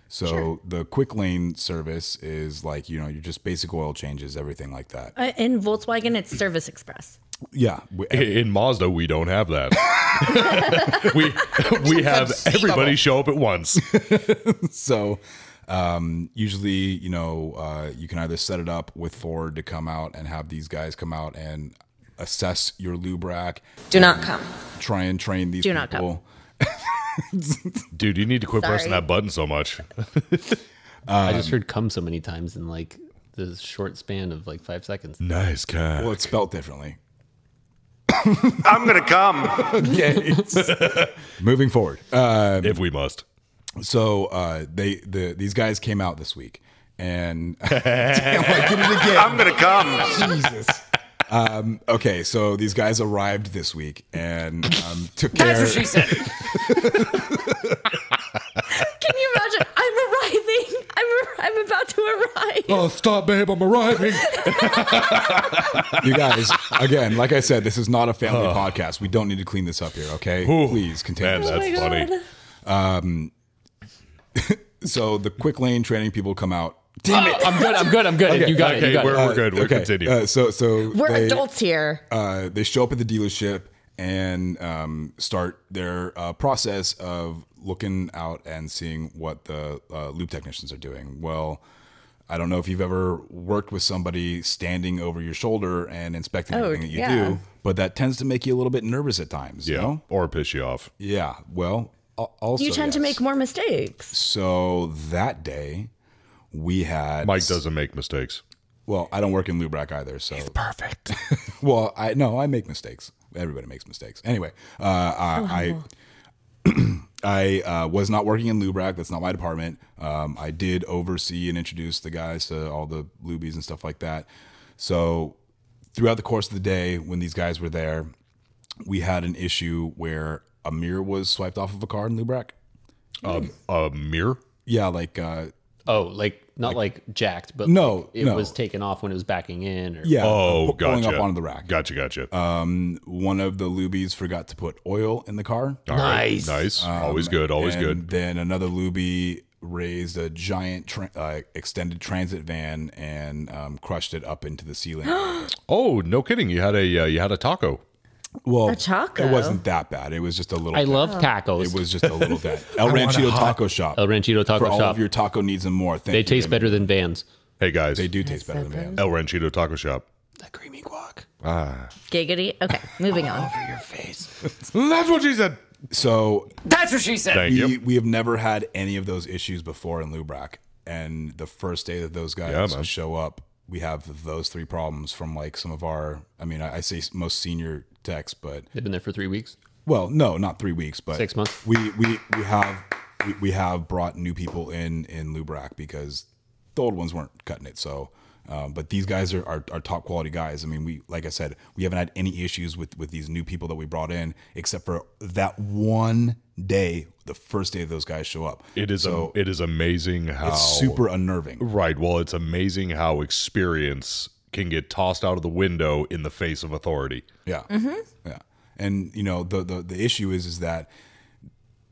[SPEAKER 4] So the Quick Lane service is like you know you're just basic oil changes, everything like that.
[SPEAKER 5] Uh, in Volkswagen, it's Service Express.
[SPEAKER 4] yeah, we-
[SPEAKER 6] In Mazda, we don't have that. we we have everybody show up at once.
[SPEAKER 4] so um, usually you know uh, you can either set it up with Ford to come out and have these guys come out and assess your lube rack,
[SPEAKER 10] Do not come.
[SPEAKER 4] try and train these
[SPEAKER 5] Do not
[SPEAKER 4] people.
[SPEAKER 6] Dude, you need to quit pressing
[SPEAKER 5] Sorry.
[SPEAKER 6] that button so much.
[SPEAKER 2] I just heard "come" so many times in like the short span of like five seconds.
[SPEAKER 6] Nice guy.
[SPEAKER 4] Well, it's spelled differently.
[SPEAKER 7] I'm gonna come.
[SPEAKER 4] Moving forward, uh,
[SPEAKER 6] if we must.
[SPEAKER 4] so uh, they the these guys came out this week and Damn, I did it again.
[SPEAKER 7] I'm gonna come.
[SPEAKER 4] Jesus. Um, okay, so these guys arrived this week and um, took care.
[SPEAKER 9] That's what she said.
[SPEAKER 5] Can you imagine? I'm arriving. I'm I'm about to arrive.
[SPEAKER 6] Oh, stop, babe! I'm arriving.
[SPEAKER 4] You guys, again, like I said, this is not a family podcast. We don't need to clean this up here, okay? Please
[SPEAKER 6] Man,
[SPEAKER 4] continue.
[SPEAKER 6] that's funny.
[SPEAKER 4] so the quick lane training people come out.
[SPEAKER 5] Oh.
[SPEAKER 2] Damn it! I'm good. I'm good. I'm good. you got it.
[SPEAKER 6] Okay,
[SPEAKER 2] You got
[SPEAKER 6] we're,
[SPEAKER 2] it.
[SPEAKER 6] we're good. We're continuing.
[SPEAKER 4] Uh, so so
[SPEAKER 5] We're
[SPEAKER 4] they,
[SPEAKER 5] adults here.
[SPEAKER 4] uh, they show up at the dealership and um, start their uh, process of looking out and seeing what the uh, loop technicians are doing. Well, I don't know if you've ever worked with somebody standing over your shoulder and inspecting everything that you
[SPEAKER 5] Oh, yeah.
[SPEAKER 4] do, but that tends to make you a little bit nervous at times.
[SPEAKER 6] yeah,
[SPEAKER 4] You know?
[SPEAKER 6] or piss you off.
[SPEAKER 4] Yeah. Well, al- also
[SPEAKER 5] you tend to
[SPEAKER 4] yes.
[SPEAKER 5] make more mistakes.
[SPEAKER 4] So that day, we had
[SPEAKER 6] Mike doesn't make mistakes.
[SPEAKER 4] Well, I don't work in Lubrac either, so it's perfect. well, I no, I make mistakes. Everybody makes mistakes. Anyway, uh,
[SPEAKER 5] Oh,
[SPEAKER 4] I I, I uh, was not working in Lubrac. That's not my department. Um, I did oversee and introduce the guys to all the lubies and stuff like that. So throughout the course of the day, when these guys were there, we had an issue where a mirror was swiped off of a car in Lubrac.
[SPEAKER 6] Um, a mirror.
[SPEAKER 4] Yeah, like uh,
[SPEAKER 2] Oh, like not like, jacked, but
[SPEAKER 4] No,
[SPEAKER 2] like, it
[SPEAKER 4] no.
[SPEAKER 2] was taken off when it was backing in. Or,
[SPEAKER 4] yeah,
[SPEAKER 6] Oh,
[SPEAKER 4] pu- pulling
[SPEAKER 6] gotcha.
[SPEAKER 4] up onto the rack.
[SPEAKER 6] Gotcha, gotcha.
[SPEAKER 4] one of the lubies forgot to put oil in the car.
[SPEAKER 6] All right, nice. always good. Oh, Always
[SPEAKER 4] and
[SPEAKER 6] good.
[SPEAKER 4] Then another lubie raised a giant tra- uh, extended transit van and um, crushed it up into the ceiling.
[SPEAKER 6] Oh, no kidding. You had a uh, you had a taco.
[SPEAKER 4] well,
[SPEAKER 5] taco?
[SPEAKER 4] it wasn't that bad. It was just a little.
[SPEAKER 2] I
[SPEAKER 4] dent.
[SPEAKER 2] love tacos.
[SPEAKER 4] It was just a little dent. El Ranchito Taco Shop.
[SPEAKER 2] El Ranchito Taco
[SPEAKER 4] for all
[SPEAKER 2] Shop.
[SPEAKER 4] of your taco needs and more. Thank
[SPEAKER 2] they
[SPEAKER 4] you
[SPEAKER 2] taste
[SPEAKER 4] very
[SPEAKER 2] better than Vans.
[SPEAKER 6] Hey guys,
[SPEAKER 4] They do taste better than Vans.
[SPEAKER 6] El Ranchito Taco Shop.
[SPEAKER 2] That creamy guac.
[SPEAKER 5] Giggity. Okay, moving on.
[SPEAKER 6] That's what she said.
[SPEAKER 4] So
[SPEAKER 9] That's what she said.
[SPEAKER 6] Thank
[SPEAKER 4] we,
[SPEAKER 6] you.
[SPEAKER 4] we have never had any of those issues before in Lubrac. And the first day that those guys
[SPEAKER 6] man.
[SPEAKER 4] show up, we have those three problems from like some of our. I mean, I, I say s- most senior techs, but
[SPEAKER 2] They've been there for three weeks.
[SPEAKER 4] well, no, not three weeks, but
[SPEAKER 2] Six months.
[SPEAKER 4] We we we have we, we have brought new people in in Lubrac because the old ones weren't cutting it. So, um, but these guys are, are are top quality guys. I mean, we like I said, we haven't had any issues with with these new people that we brought in, except for that one day, the first day those guys show up.
[SPEAKER 6] It is
[SPEAKER 4] so
[SPEAKER 6] a, it is amazing how
[SPEAKER 4] super unnerving.
[SPEAKER 6] right. Well, it's amazing how experience can get tossed out of the window in the face of authority.
[SPEAKER 4] Yeah. Yeah. And you know, the, the the issue is is that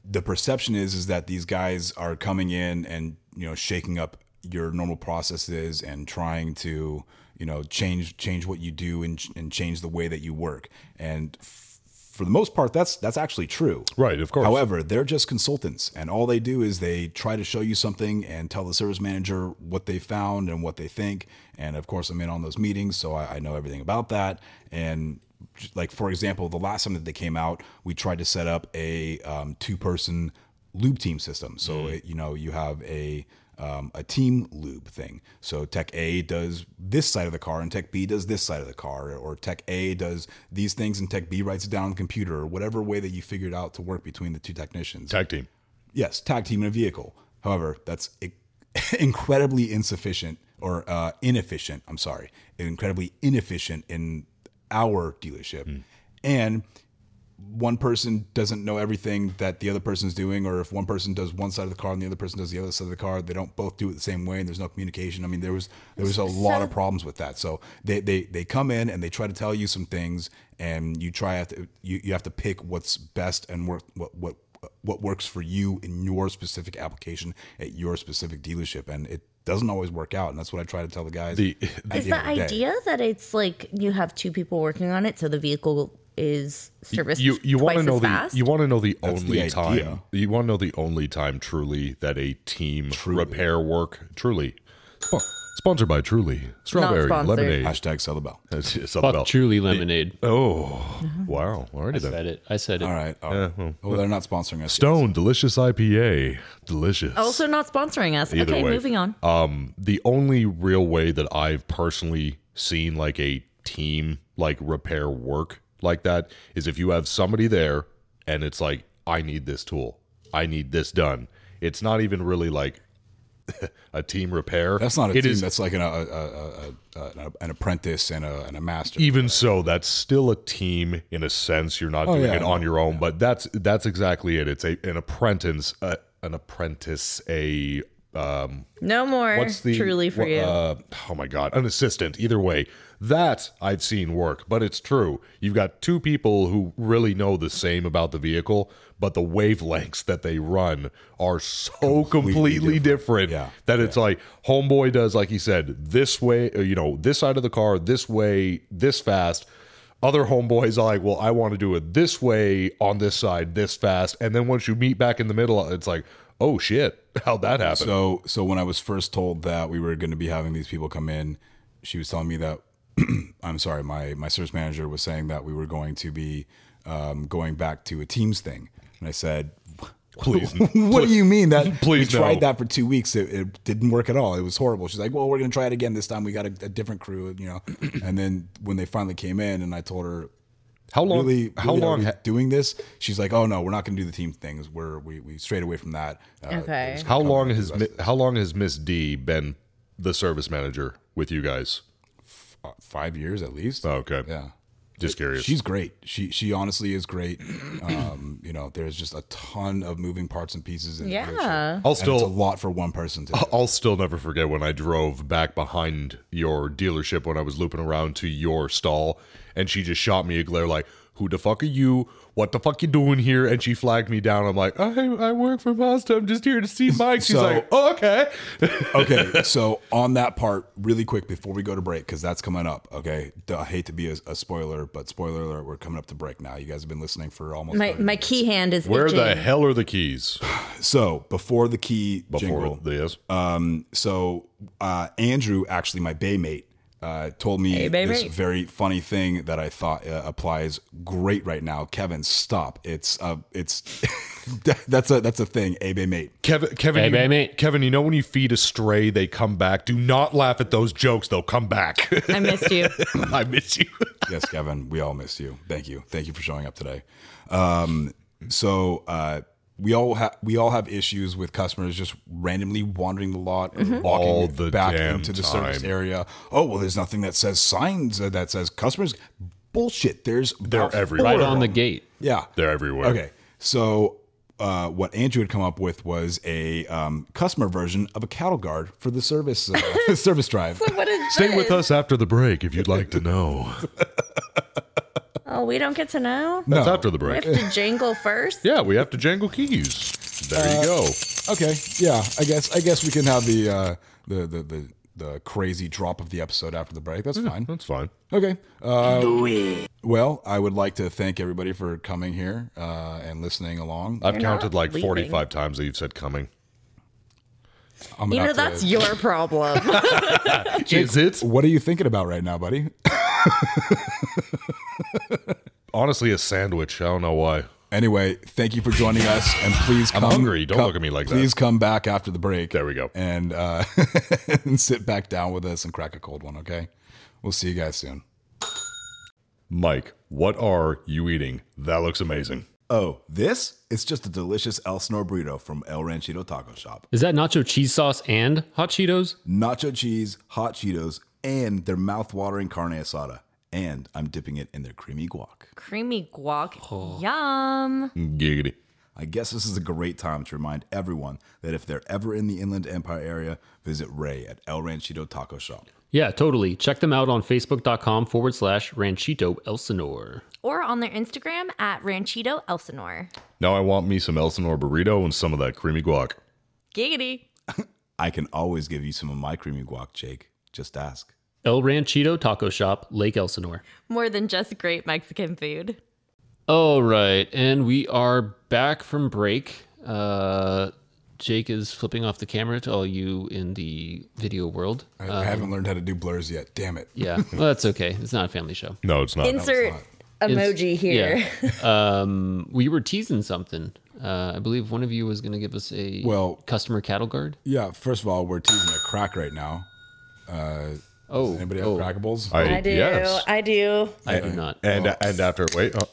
[SPEAKER 4] the perception is is that these guys are coming in and, you know, shaking up your normal processes and trying to, you know, change change what you do and and change the way that you work. And f- for the most part that's that's actually true.
[SPEAKER 6] Right, of course.
[SPEAKER 4] However, they're just consultants, and all they do is they try to show you something and tell the service manager what they found and what they think. And of course, I'm in on those meetings, so I, I know everything about that. And j- like for example, the last time that they came out, we tried to set up a um, two-person lube team system. So it, you know, you have a um, a team lube thing. So tech A does this side of the car and tech B does this side of the car, or tech A does these things and tech B writes it down on the computer, or whatever way that you figured out to work between the two technicians.
[SPEAKER 6] Tag team.
[SPEAKER 4] yes, tag team in a vehicle. However, that's i- incredibly insufficient or uh, inefficient. I'm sorry, incredibly inefficient in our dealership. And one person doesn't know everything that the other person's doing, or if one person does one side of the car and the other person does the other side of the car, they don't both do it the same way, and there's no communication. I mean, there was there was a lot of problems with that. So they they they come in and they try to tell you some things, and you try have to you, you have to pick what's best and work what what what works for you in your specific application at your specific dealership, and it doesn't always work out. And that's what I try to tell the guys.
[SPEAKER 6] The
[SPEAKER 5] Is
[SPEAKER 4] the
[SPEAKER 5] the
[SPEAKER 4] end of the day.
[SPEAKER 5] idea that it's like you have two people working on it, so the vehicle is serviced
[SPEAKER 6] you you want
[SPEAKER 5] twice
[SPEAKER 6] to know
[SPEAKER 5] as
[SPEAKER 6] the
[SPEAKER 5] fast?
[SPEAKER 6] you want to know the
[SPEAKER 4] That's
[SPEAKER 6] only
[SPEAKER 4] the idea.
[SPEAKER 6] time you want to know the only time truly that a team repair work truly Spo- sponsored by Truly strawberry
[SPEAKER 5] sponsored.
[SPEAKER 6] lemonade.
[SPEAKER 4] Hashtag sell the bell.
[SPEAKER 6] That's- it's all
[SPEAKER 2] Fuck
[SPEAKER 6] about-
[SPEAKER 2] truly lemonade.
[SPEAKER 6] Oh
[SPEAKER 5] Uh-huh.
[SPEAKER 6] wow! Already
[SPEAKER 2] I
[SPEAKER 6] then.
[SPEAKER 2] said it. I said it.
[SPEAKER 4] All right. All right. well, they're not sponsoring us. yet,
[SPEAKER 6] Stone delicious IPA delicious.
[SPEAKER 5] also not sponsoring us.
[SPEAKER 6] Either
[SPEAKER 5] okay,
[SPEAKER 6] way.
[SPEAKER 5] moving on.
[SPEAKER 6] um the only real way that i've personally seen like a team like repair work like that is if you have somebody there and it's like i need this tool i need this done it's not even really like a team repair
[SPEAKER 4] That's not a
[SPEAKER 6] It
[SPEAKER 4] team.
[SPEAKER 6] is-
[SPEAKER 4] that's like an, a, a, a, a, an apprentice and a, and a master.
[SPEAKER 6] even so that's still a team in a sense you're not doing
[SPEAKER 4] Oh, yeah,
[SPEAKER 6] it on your own but that's that's exactly it it's a an apprentice uh, an apprentice a um
[SPEAKER 5] No more
[SPEAKER 6] What's the
[SPEAKER 5] truly for
[SPEAKER 6] wha-
[SPEAKER 5] you.
[SPEAKER 6] Uh, oh my god, an assistant. Either way, that I've seen work, but it's true. You've got two people who really know the same about the vehicle, but the wavelengths that they run are so completely, different,
[SPEAKER 4] Yeah.
[SPEAKER 6] that it's like homeboy does, like he said, this way. uh, You know, this side of the car, this way, this fast. Other homeboys are like, well, I want to do it this way on this side, this fast, and then once you meet back in the middle, it's like, oh shit, how'd that happen?
[SPEAKER 4] So, so when I was first told that we were going to be having these people come in, she was telling me that I'm sorry, my my service manager was saying that we were going to be um, going back to a teams thing, and I said.
[SPEAKER 6] Please,
[SPEAKER 4] What do you mean that
[SPEAKER 6] Please
[SPEAKER 4] we tried
[SPEAKER 6] no.
[SPEAKER 4] that for two weeks? It, it didn't work at all. It was horrible. She's like, "Well, we're gonna try it again this time. We got a, a different crew, you know." and then when they finally came in, and I told her,
[SPEAKER 6] How long?
[SPEAKER 4] really,
[SPEAKER 6] how
[SPEAKER 4] really are
[SPEAKER 6] long?
[SPEAKER 4] we
[SPEAKER 6] ha-
[SPEAKER 4] doing this? She's like, oh no, we're not going to do the team things. We're we, we strayed away from that. Uh,
[SPEAKER 5] Okay.
[SPEAKER 6] How long has Mi- how long has Miss D been the service manager with you guys? Oh,
[SPEAKER 4] f- five years at least.
[SPEAKER 6] Okay,
[SPEAKER 4] Yeah,
[SPEAKER 6] just curious.
[SPEAKER 4] she's great. She she honestly is great. Um, you know, there's just a ton of moving parts and pieces. In the dealership.
[SPEAKER 5] yeah.
[SPEAKER 6] I'll
[SPEAKER 4] and it's a
[SPEAKER 6] still Oh,
[SPEAKER 4] lot for one person to. do.
[SPEAKER 6] I'll still never forget when I drove back behind your dealership when I was looping around to your stall, and she just shot me a glare like, "Who the fuck are you? What the fuck you doing here?" And she flagged me down. I'm like, "I I work for Mazda. I'm just here to see Mike." She's
[SPEAKER 4] So-
[SPEAKER 6] like, oh, "Okay."
[SPEAKER 4] okay, so on that part, really quick before we go to break, because that's coming up. Okay, Duh, I hate to be a, a spoiler, but spoiler alert, we're coming up to break now. You guys have been listening for almost
[SPEAKER 5] My
[SPEAKER 4] 30
[SPEAKER 5] my key hand is
[SPEAKER 6] Where
[SPEAKER 5] itching.
[SPEAKER 6] the hell are the keys?
[SPEAKER 4] So before the key
[SPEAKER 6] Before
[SPEAKER 4] jingle,
[SPEAKER 6] this,
[SPEAKER 4] um, so uh, Andrew, actually my bay mate, uh, told me
[SPEAKER 5] Hey, baby.
[SPEAKER 4] this very funny thing that I thought uh, applies great right now. Kevin, stop! It's uh, it's that's a that's a thing. Abe mate.
[SPEAKER 6] Kevin, Kevin,
[SPEAKER 2] Hey,
[SPEAKER 6] you,
[SPEAKER 2] babe, mate.
[SPEAKER 6] Kevin, you know when you feed a stray, they come back. Do not laugh at those jokes; they'll come back.
[SPEAKER 5] I missed you.
[SPEAKER 6] I miss you.
[SPEAKER 4] yes, Kevin, we all miss you. Thank you. Thank you for showing up today. Um, so uh, we all have we all have issues with customers just randomly wandering the lot and walking
[SPEAKER 6] All the
[SPEAKER 4] back
[SPEAKER 6] damn
[SPEAKER 4] into the service
[SPEAKER 6] time.
[SPEAKER 4] area. Oh well, there's nothing that says signs uh, that says customers. Bullshit. There's
[SPEAKER 6] They're
[SPEAKER 4] about
[SPEAKER 6] everywhere.
[SPEAKER 2] Right
[SPEAKER 6] Or-
[SPEAKER 2] on the gate.
[SPEAKER 4] yeah.
[SPEAKER 6] They're everywhere.
[SPEAKER 4] Okay. So uh, what Andrew had come up with was a um, customer version of a cattle guard for the service uh, service drive.
[SPEAKER 5] what is
[SPEAKER 6] Stay with
[SPEAKER 5] this?
[SPEAKER 6] us after the break if you'd like to know.
[SPEAKER 5] Oh, we don't get to know?
[SPEAKER 6] That's after the
[SPEAKER 5] We
[SPEAKER 6] break.
[SPEAKER 5] have to jingle first?
[SPEAKER 6] Yeah, we have to jangle keys. There you go.
[SPEAKER 4] Okay. Yeah. I guess I guess we can have the uh, the, the the the crazy drop of the episode after the break. That's fine.
[SPEAKER 6] That's fine.
[SPEAKER 4] Okay. Uh, well, I would like to thank everybody for coming here uh, and listening along.
[SPEAKER 6] I've
[SPEAKER 5] You're
[SPEAKER 6] counted
[SPEAKER 5] not
[SPEAKER 6] like
[SPEAKER 5] leaving.
[SPEAKER 6] 45 times that you've said coming.
[SPEAKER 4] I'm
[SPEAKER 5] You
[SPEAKER 4] gonna
[SPEAKER 5] know,
[SPEAKER 4] have to-
[SPEAKER 5] that's your problem.
[SPEAKER 6] Is it?
[SPEAKER 4] What are you thinking about right now, buddy?
[SPEAKER 6] Honestly, a sandwich. I don't know why.
[SPEAKER 4] Anyway, thank you for joining us, and please
[SPEAKER 6] I'm
[SPEAKER 4] come.
[SPEAKER 6] hungry. Don't
[SPEAKER 4] come-
[SPEAKER 6] look at me like that.
[SPEAKER 4] Please come back after the break.
[SPEAKER 6] There we go.
[SPEAKER 4] And uh, and sit back down with us and crack a cold one. Okay. We'll see you guys soon.
[SPEAKER 6] Mike, what are you eating? That looks amazing.
[SPEAKER 1] Oh, this? It's just a delicious El Snor burrito from El Ranchito Taco Shop.
[SPEAKER 2] Is that nacho cheese sauce and hot Cheetos?
[SPEAKER 1] Nacho cheese, hot Cheetos, and their mouth-watering carne asada. And I'm dipping it in their creamy guac.
[SPEAKER 5] Creamy guac. Yum.
[SPEAKER 6] Giggity.
[SPEAKER 1] I guess this is a great time to remind everyone that if they're ever in the Inland Empire area, visit Ray at El Ranchito Taco Shop.
[SPEAKER 2] Yeah, totally. Check them out on facebook.com forward slash ranchito elsinore.
[SPEAKER 9] or on their Instagram at Ranchito Elsinore.
[SPEAKER 6] Now I want me some Elsinore burrito and some of that creamy guac.
[SPEAKER 5] Giggity.
[SPEAKER 1] I can always give you some of my creamy guac, Jake. Just ask.
[SPEAKER 2] El Ranchito Taco Shop, Lake Elsinore.
[SPEAKER 9] More than just great Mexican food.
[SPEAKER 2] All right, and we are back from break. Uh, Jake is flipping off the camera to all you in the video world.
[SPEAKER 4] I, I haven't learned how to do blurs yet. Damn it.
[SPEAKER 2] Yeah, well, that's okay. It's not a family show.
[SPEAKER 6] No, it's not.
[SPEAKER 5] Insert emoji here.
[SPEAKER 2] Yeah. Um, we were teasing something. Uh, I believe one of you was going to give us a
[SPEAKER 4] Well-
[SPEAKER 2] customer cattle guard.
[SPEAKER 4] Yeah. First of all, we're teasing a crack right now.
[SPEAKER 2] Oh,
[SPEAKER 4] Anybody
[SPEAKER 2] oh,
[SPEAKER 4] have crackables?
[SPEAKER 6] I,
[SPEAKER 5] I do.
[SPEAKER 6] Yes.
[SPEAKER 5] I do.
[SPEAKER 2] I do not.
[SPEAKER 6] And and after wait. oh.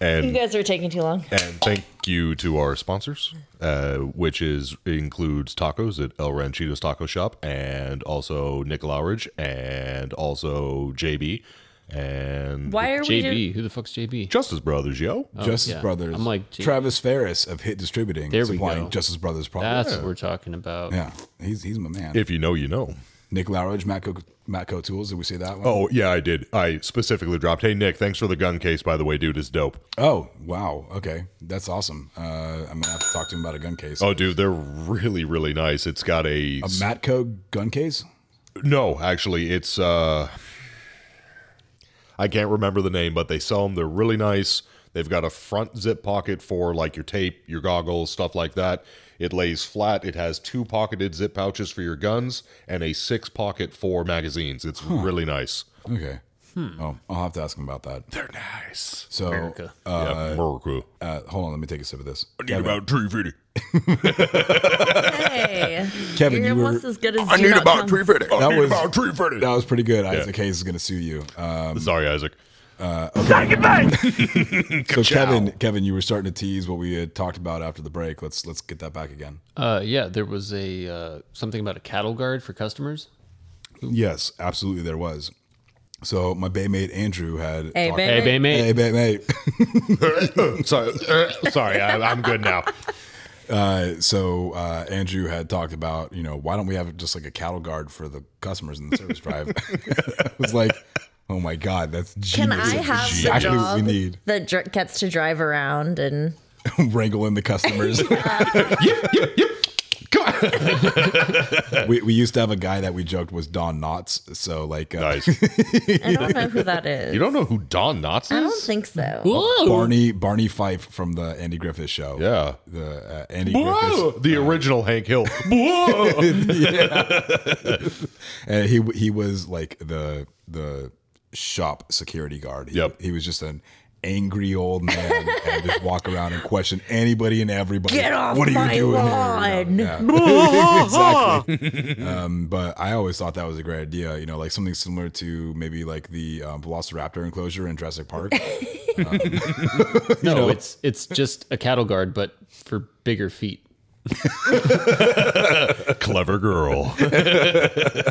[SPEAKER 5] You
[SPEAKER 6] and
[SPEAKER 5] guys are taking too long.
[SPEAKER 6] and thank you to our sponsors, uh, which is includes tacos at El Ranchito's Taco Shop, and also Nick Lowridge, and also JB, and
[SPEAKER 5] Why are we doing
[SPEAKER 2] JB, who the fuck's JB?
[SPEAKER 6] Justice Brothers. Yo,
[SPEAKER 4] Justice
[SPEAKER 2] yeah.
[SPEAKER 4] Brothers.
[SPEAKER 2] I'm like, gee.
[SPEAKER 4] Travis Ferris of Hit Distributing,
[SPEAKER 2] There we
[SPEAKER 4] supplying
[SPEAKER 2] go.
[SPEAKER 4] Justice Brothers products.
[SPEAKER 2] That's what we're talking about.
[SPEAKER 4] yeah. He's he's my man.
[SPEAKER 6] if you know, you know.
[SPEAKER 4] Nick Lowridge, Matco Matco Tools. Did we say that one?
[SPEAKER 6] Oh yeah, I did. I specifically dropped. Hey Nick, thanks for the gun case. By the way, dude is dope.
[SPEAKER 4] Oh, wow. Okay. That's awesome. Uh, I'm going to have to talk to him about a gun case.
[SPEAKER 6] Oh dude, they're really really nice. It's got a,
[SPEAKER 4] A Matco gun case?
[SPEAKER 6] no. Actually, it's uh, I can't remember the name, but they sell them. They're really nice. They've got a front zip pocket for like your tape, your goggles, stuff like that. It lays flat. It has two pocketed zip pouches for your guns and a six pocket for magazines. It's really nice.
[SPEAKER 4] Okay. Oh, I'll have to ask him about that. They're nice. So, uh,
[SPEAKER 6] yeah, Mercu.
[SPEAKER 4] uh, hold on. Let me take a sip of this.
[SPEAKER 6] Need about three fifty.
[SPEAKER 5] Hey,
[SPEAKER 4] Kevin,
[SPEAKER 5] you're
[SPEAKER 4] you were.
[SPEAKER 5] almost as good as I need about three
[SPEAKER 4] That was,
[SPEAKER 6] three fifty.
[SPEAKER 4] that was pretty good. Isaac Hayes is going to sue you. Um,
[SPEAKER 6] Sorry, Isaac.
[SPEAKER 4] so, Kevin, Kevin, you were starting to tease what we had talked about after the break. Let's let's get that back again.
[SPEAKER 2] Uh, yeah, there was a uh, something about a cattle guard for customers.
[SPEAKER 4] Yes, absolutely. There was. So, my baymate Andrew had.
[SPEAKER 5] Hey,
[SPEAKER 4] talked-
[SPEAKER 5] babe.
[SPEAKER 2] Hey, bay mate.
[SPEAKER 4] Hey, baymate.
[SPEAKER 6] sorry, uh, sorry, I, I'm good now.
[SPEAKER 4] Uh, so uh, Andrew had talked about, you know, why don't we have just like a cattle guard for the customers in the service drive? I was like, oh my god, that's
[SPEAKER 5] Can
[SPEAKER 4] genius.
[SPEAKER 5] I
[SPEAKER 4] That's
[SPEAKER 5] have the
[SPEAKER 4] exactly
[SPEAKER 5] job
[SPEAKER 4] what we need?
[SPEAKER 5] that dr- gets to drive around and
[SPEAKER 4] Wrangle in the customers.
[SPEAKER 6] Come on.
[SPEAKER 4] we, we used to have a guy that we joked was Don Knotts. So like uh,
[SPEAKER 6] Nice.
[SPEAKER 5] I don't know who that is.
[SPEAKER 6] You don't know who Don Knotts is?
[SPEAKER 5] I don't think so.
[SPEAKER 2] Whoa.
[SPEAKER 4] Barney Barney Fife from the Andy Griffith Show.
[SPEAKER 6] Yeah.
[SPEAKER 4] the uh, Andy
[SPEAKER 6] Whoa!
[SPEAKER 4] Griffith.
[SPEAKER 6] The original Hank Hill. Whoa!
[SPEAKER 4] And he he was like the the shop security guard. He,
[SPEAKER 6] Yep.
[SPEAKER 4] he was just an angry old man and just walk around and question anybody and everybody.
[SPEAKER 5] Get off
[SPEAKER 4] what are
[SPEAKER 5] my
[SPEAKER 4] you doing
[SPEAKER 5] lawn.
[SPEAKER 4] here? Yeah. exactly. um, but I always thought that was a great idea. You know, like something similar to maybe like the um, Velociraptor enclosure in Jurassic Park.
[SPEAKER 2] No, it's it's just a cattle guard, but for bigger feet.
[SPEAKER 6] Clever girl.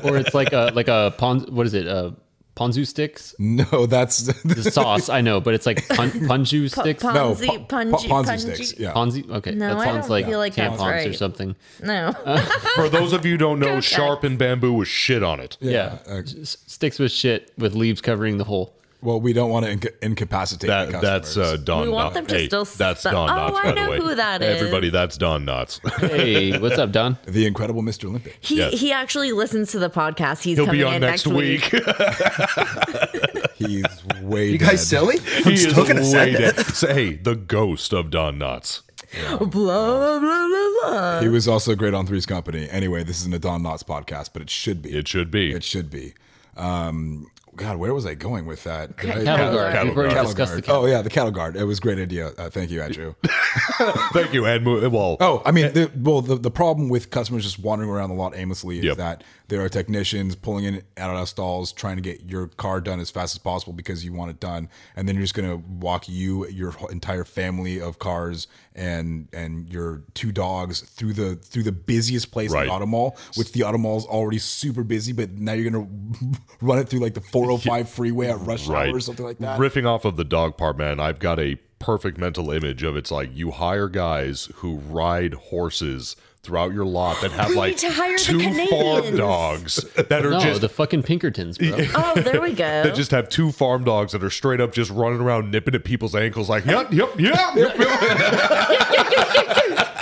[SPEAKER 2] Or it's like a like a pon what is it? Uh ponzu sticks?
[SPEAKER 4] no, that's
[SPEAKER 2] The sauce, I know, but it's like pon, ponzu sticks.
[SPEAKER 5] Ponzi,
[SPEAKER 4] no
[SPEAKER 5] Ponzi,
[SPEAKER 4] po- po-
[SPEAKER 5] Ponzi,
[SPEAKER 4] Ponzi sticks. Yeah.
[SPEAKER 2] Ponzi? Okay,
[SPEAKER 5] No,
[SPEAKER 2] that
[SPEAKER 5] I
[SPEAKER 2] sounds
[SPEAKER 5] don't
[SPEAKER 2] like
[SPEAKER 5] feel like that's
[SPEAKER 2] tampons or
[SPEAKER 5] right.
[SPEAKER 2] something.
[SPEAKER 5] No.
[SPEAKER 6] For those of you who don't know, sharp and bamboo was shit on it.
[SPEAKER 2] Yeah, S- sticks with shit with leaves covering the hole.
[SPEAKER 4] Well, we don't want to inca- incapacitate
[SPEAKER 6] That
[SPEAKER 4] the
[SPEAKER 6] that's uh,
[SPEAKER 4] customers.
[SPEAKER 6] Don.
[SPEAKER 5] We want
[SPEAKER 6] Knotts.
[SPEAKER 5] them to
[SPEAKER 6] hey,
[SPEAKER 5] still
[SPEAKER 6] That's
[SPEAKER 5] sp-
[SPEAKER 6] Don
[SPEAKER 5] Oh,
[SPEAKER 6] Knotts.
[SPEAKER 5] I
[SPEAKER 6] by
[SPEAKER 5] know
[SPEAKER 6] the way,
[SPEAKER 5] who that is.
[SPEAKER 6] Everybody, that's Don Knotts.
[SPEAKER 2] Hey, what's up, Don?
[SPEAKER 6] uh,
[SPEAKER 4] the Incredible Mr. Olympic.
[SPEAKER 5] He
[SPEAKER 6] Yeah.
[SPEAKER 5] he actually listens to the podcast. He's
[SPEAKER 6] He'll
[SPEAKER 5] coming
[SPEAKER 6] be on
[SPEAKER 5] in
[SPEAKER 6] next week.
[SPEAKER 4] He's way.
[SPEAKER 1] You guys silly?
[SPEAKER 6] he is way dead. Say, hey, the ghost of Don Knotts.
[SPEAKER 5] Blah, blah, blah, blah, blah.
[SPEAKER 4] He was also great on Three's Company. Anyway, this isn't a Don Knotts podcast, but it should be.
[SPEAKER 6] It should be.
[SPEAKER 4] It should be. Um, God, where was I going with that? Did I-
[SPEAKER 2] Cattle guard.
[SPEAKER 6] cattle
[SPEAKER 2] We've already
[SPEAKER 6] guard.
[SPEAKER 4] Cattle
[SPEAKER 2] discussed the
[SPEAKER 4] guard.
[SPEAKER 2] cattle.
[SPEAKER 4] Oh yeah, the cattle guard. It was a great idea. Uh, thank you, Andrew.
[SPEAKER 6] Thank you, Ed. Mo- Well,
[SPEAKER 4] Oh, I mean, the, well, the, the problem with customers just wandering around the lot aimlessly is
[SPEAKER 6] Yep.
[SPEAKER 4] that there are technicians pulling in out of stalls, trying to get your car done as fast as possible because you want it done, and then you're just going to walk you, your whole- entire family of cars, and and your two dogs through the through the busiest place in
[SPEAKER 6] Right.
[SPEAKER 4] the auto mall, which the auto mall is already super busy, but now you're going to run it through like the 405 freeway at rush
[SPEAKER 6] right.
[SPEAKER 4] hour or something like that.
[SPEAKER 6] Riffing off of the dog part, man, I've got a perfect mental image of it's like you hire guys who ride horses throughout your lot that have
[SPEAKER 5] We
[SPEAKER 6] like
[SPEAKER 5] need to hire the
[SPEAKER 6] two farm
[SPEAKER 5] Canadians.
[SPEAKER 6] dogs that are
[SPEAKER 2] No,
[SPEAKER 6] just
[SPEAKER 2] the fucking Pinkertons, bro.
[SPEAKER 5] Oh, there we go.
[SPEAKER 6] that just have two farm dogs that are straight up just running around nipping at people's ankles like yep yep yep, yep, yep."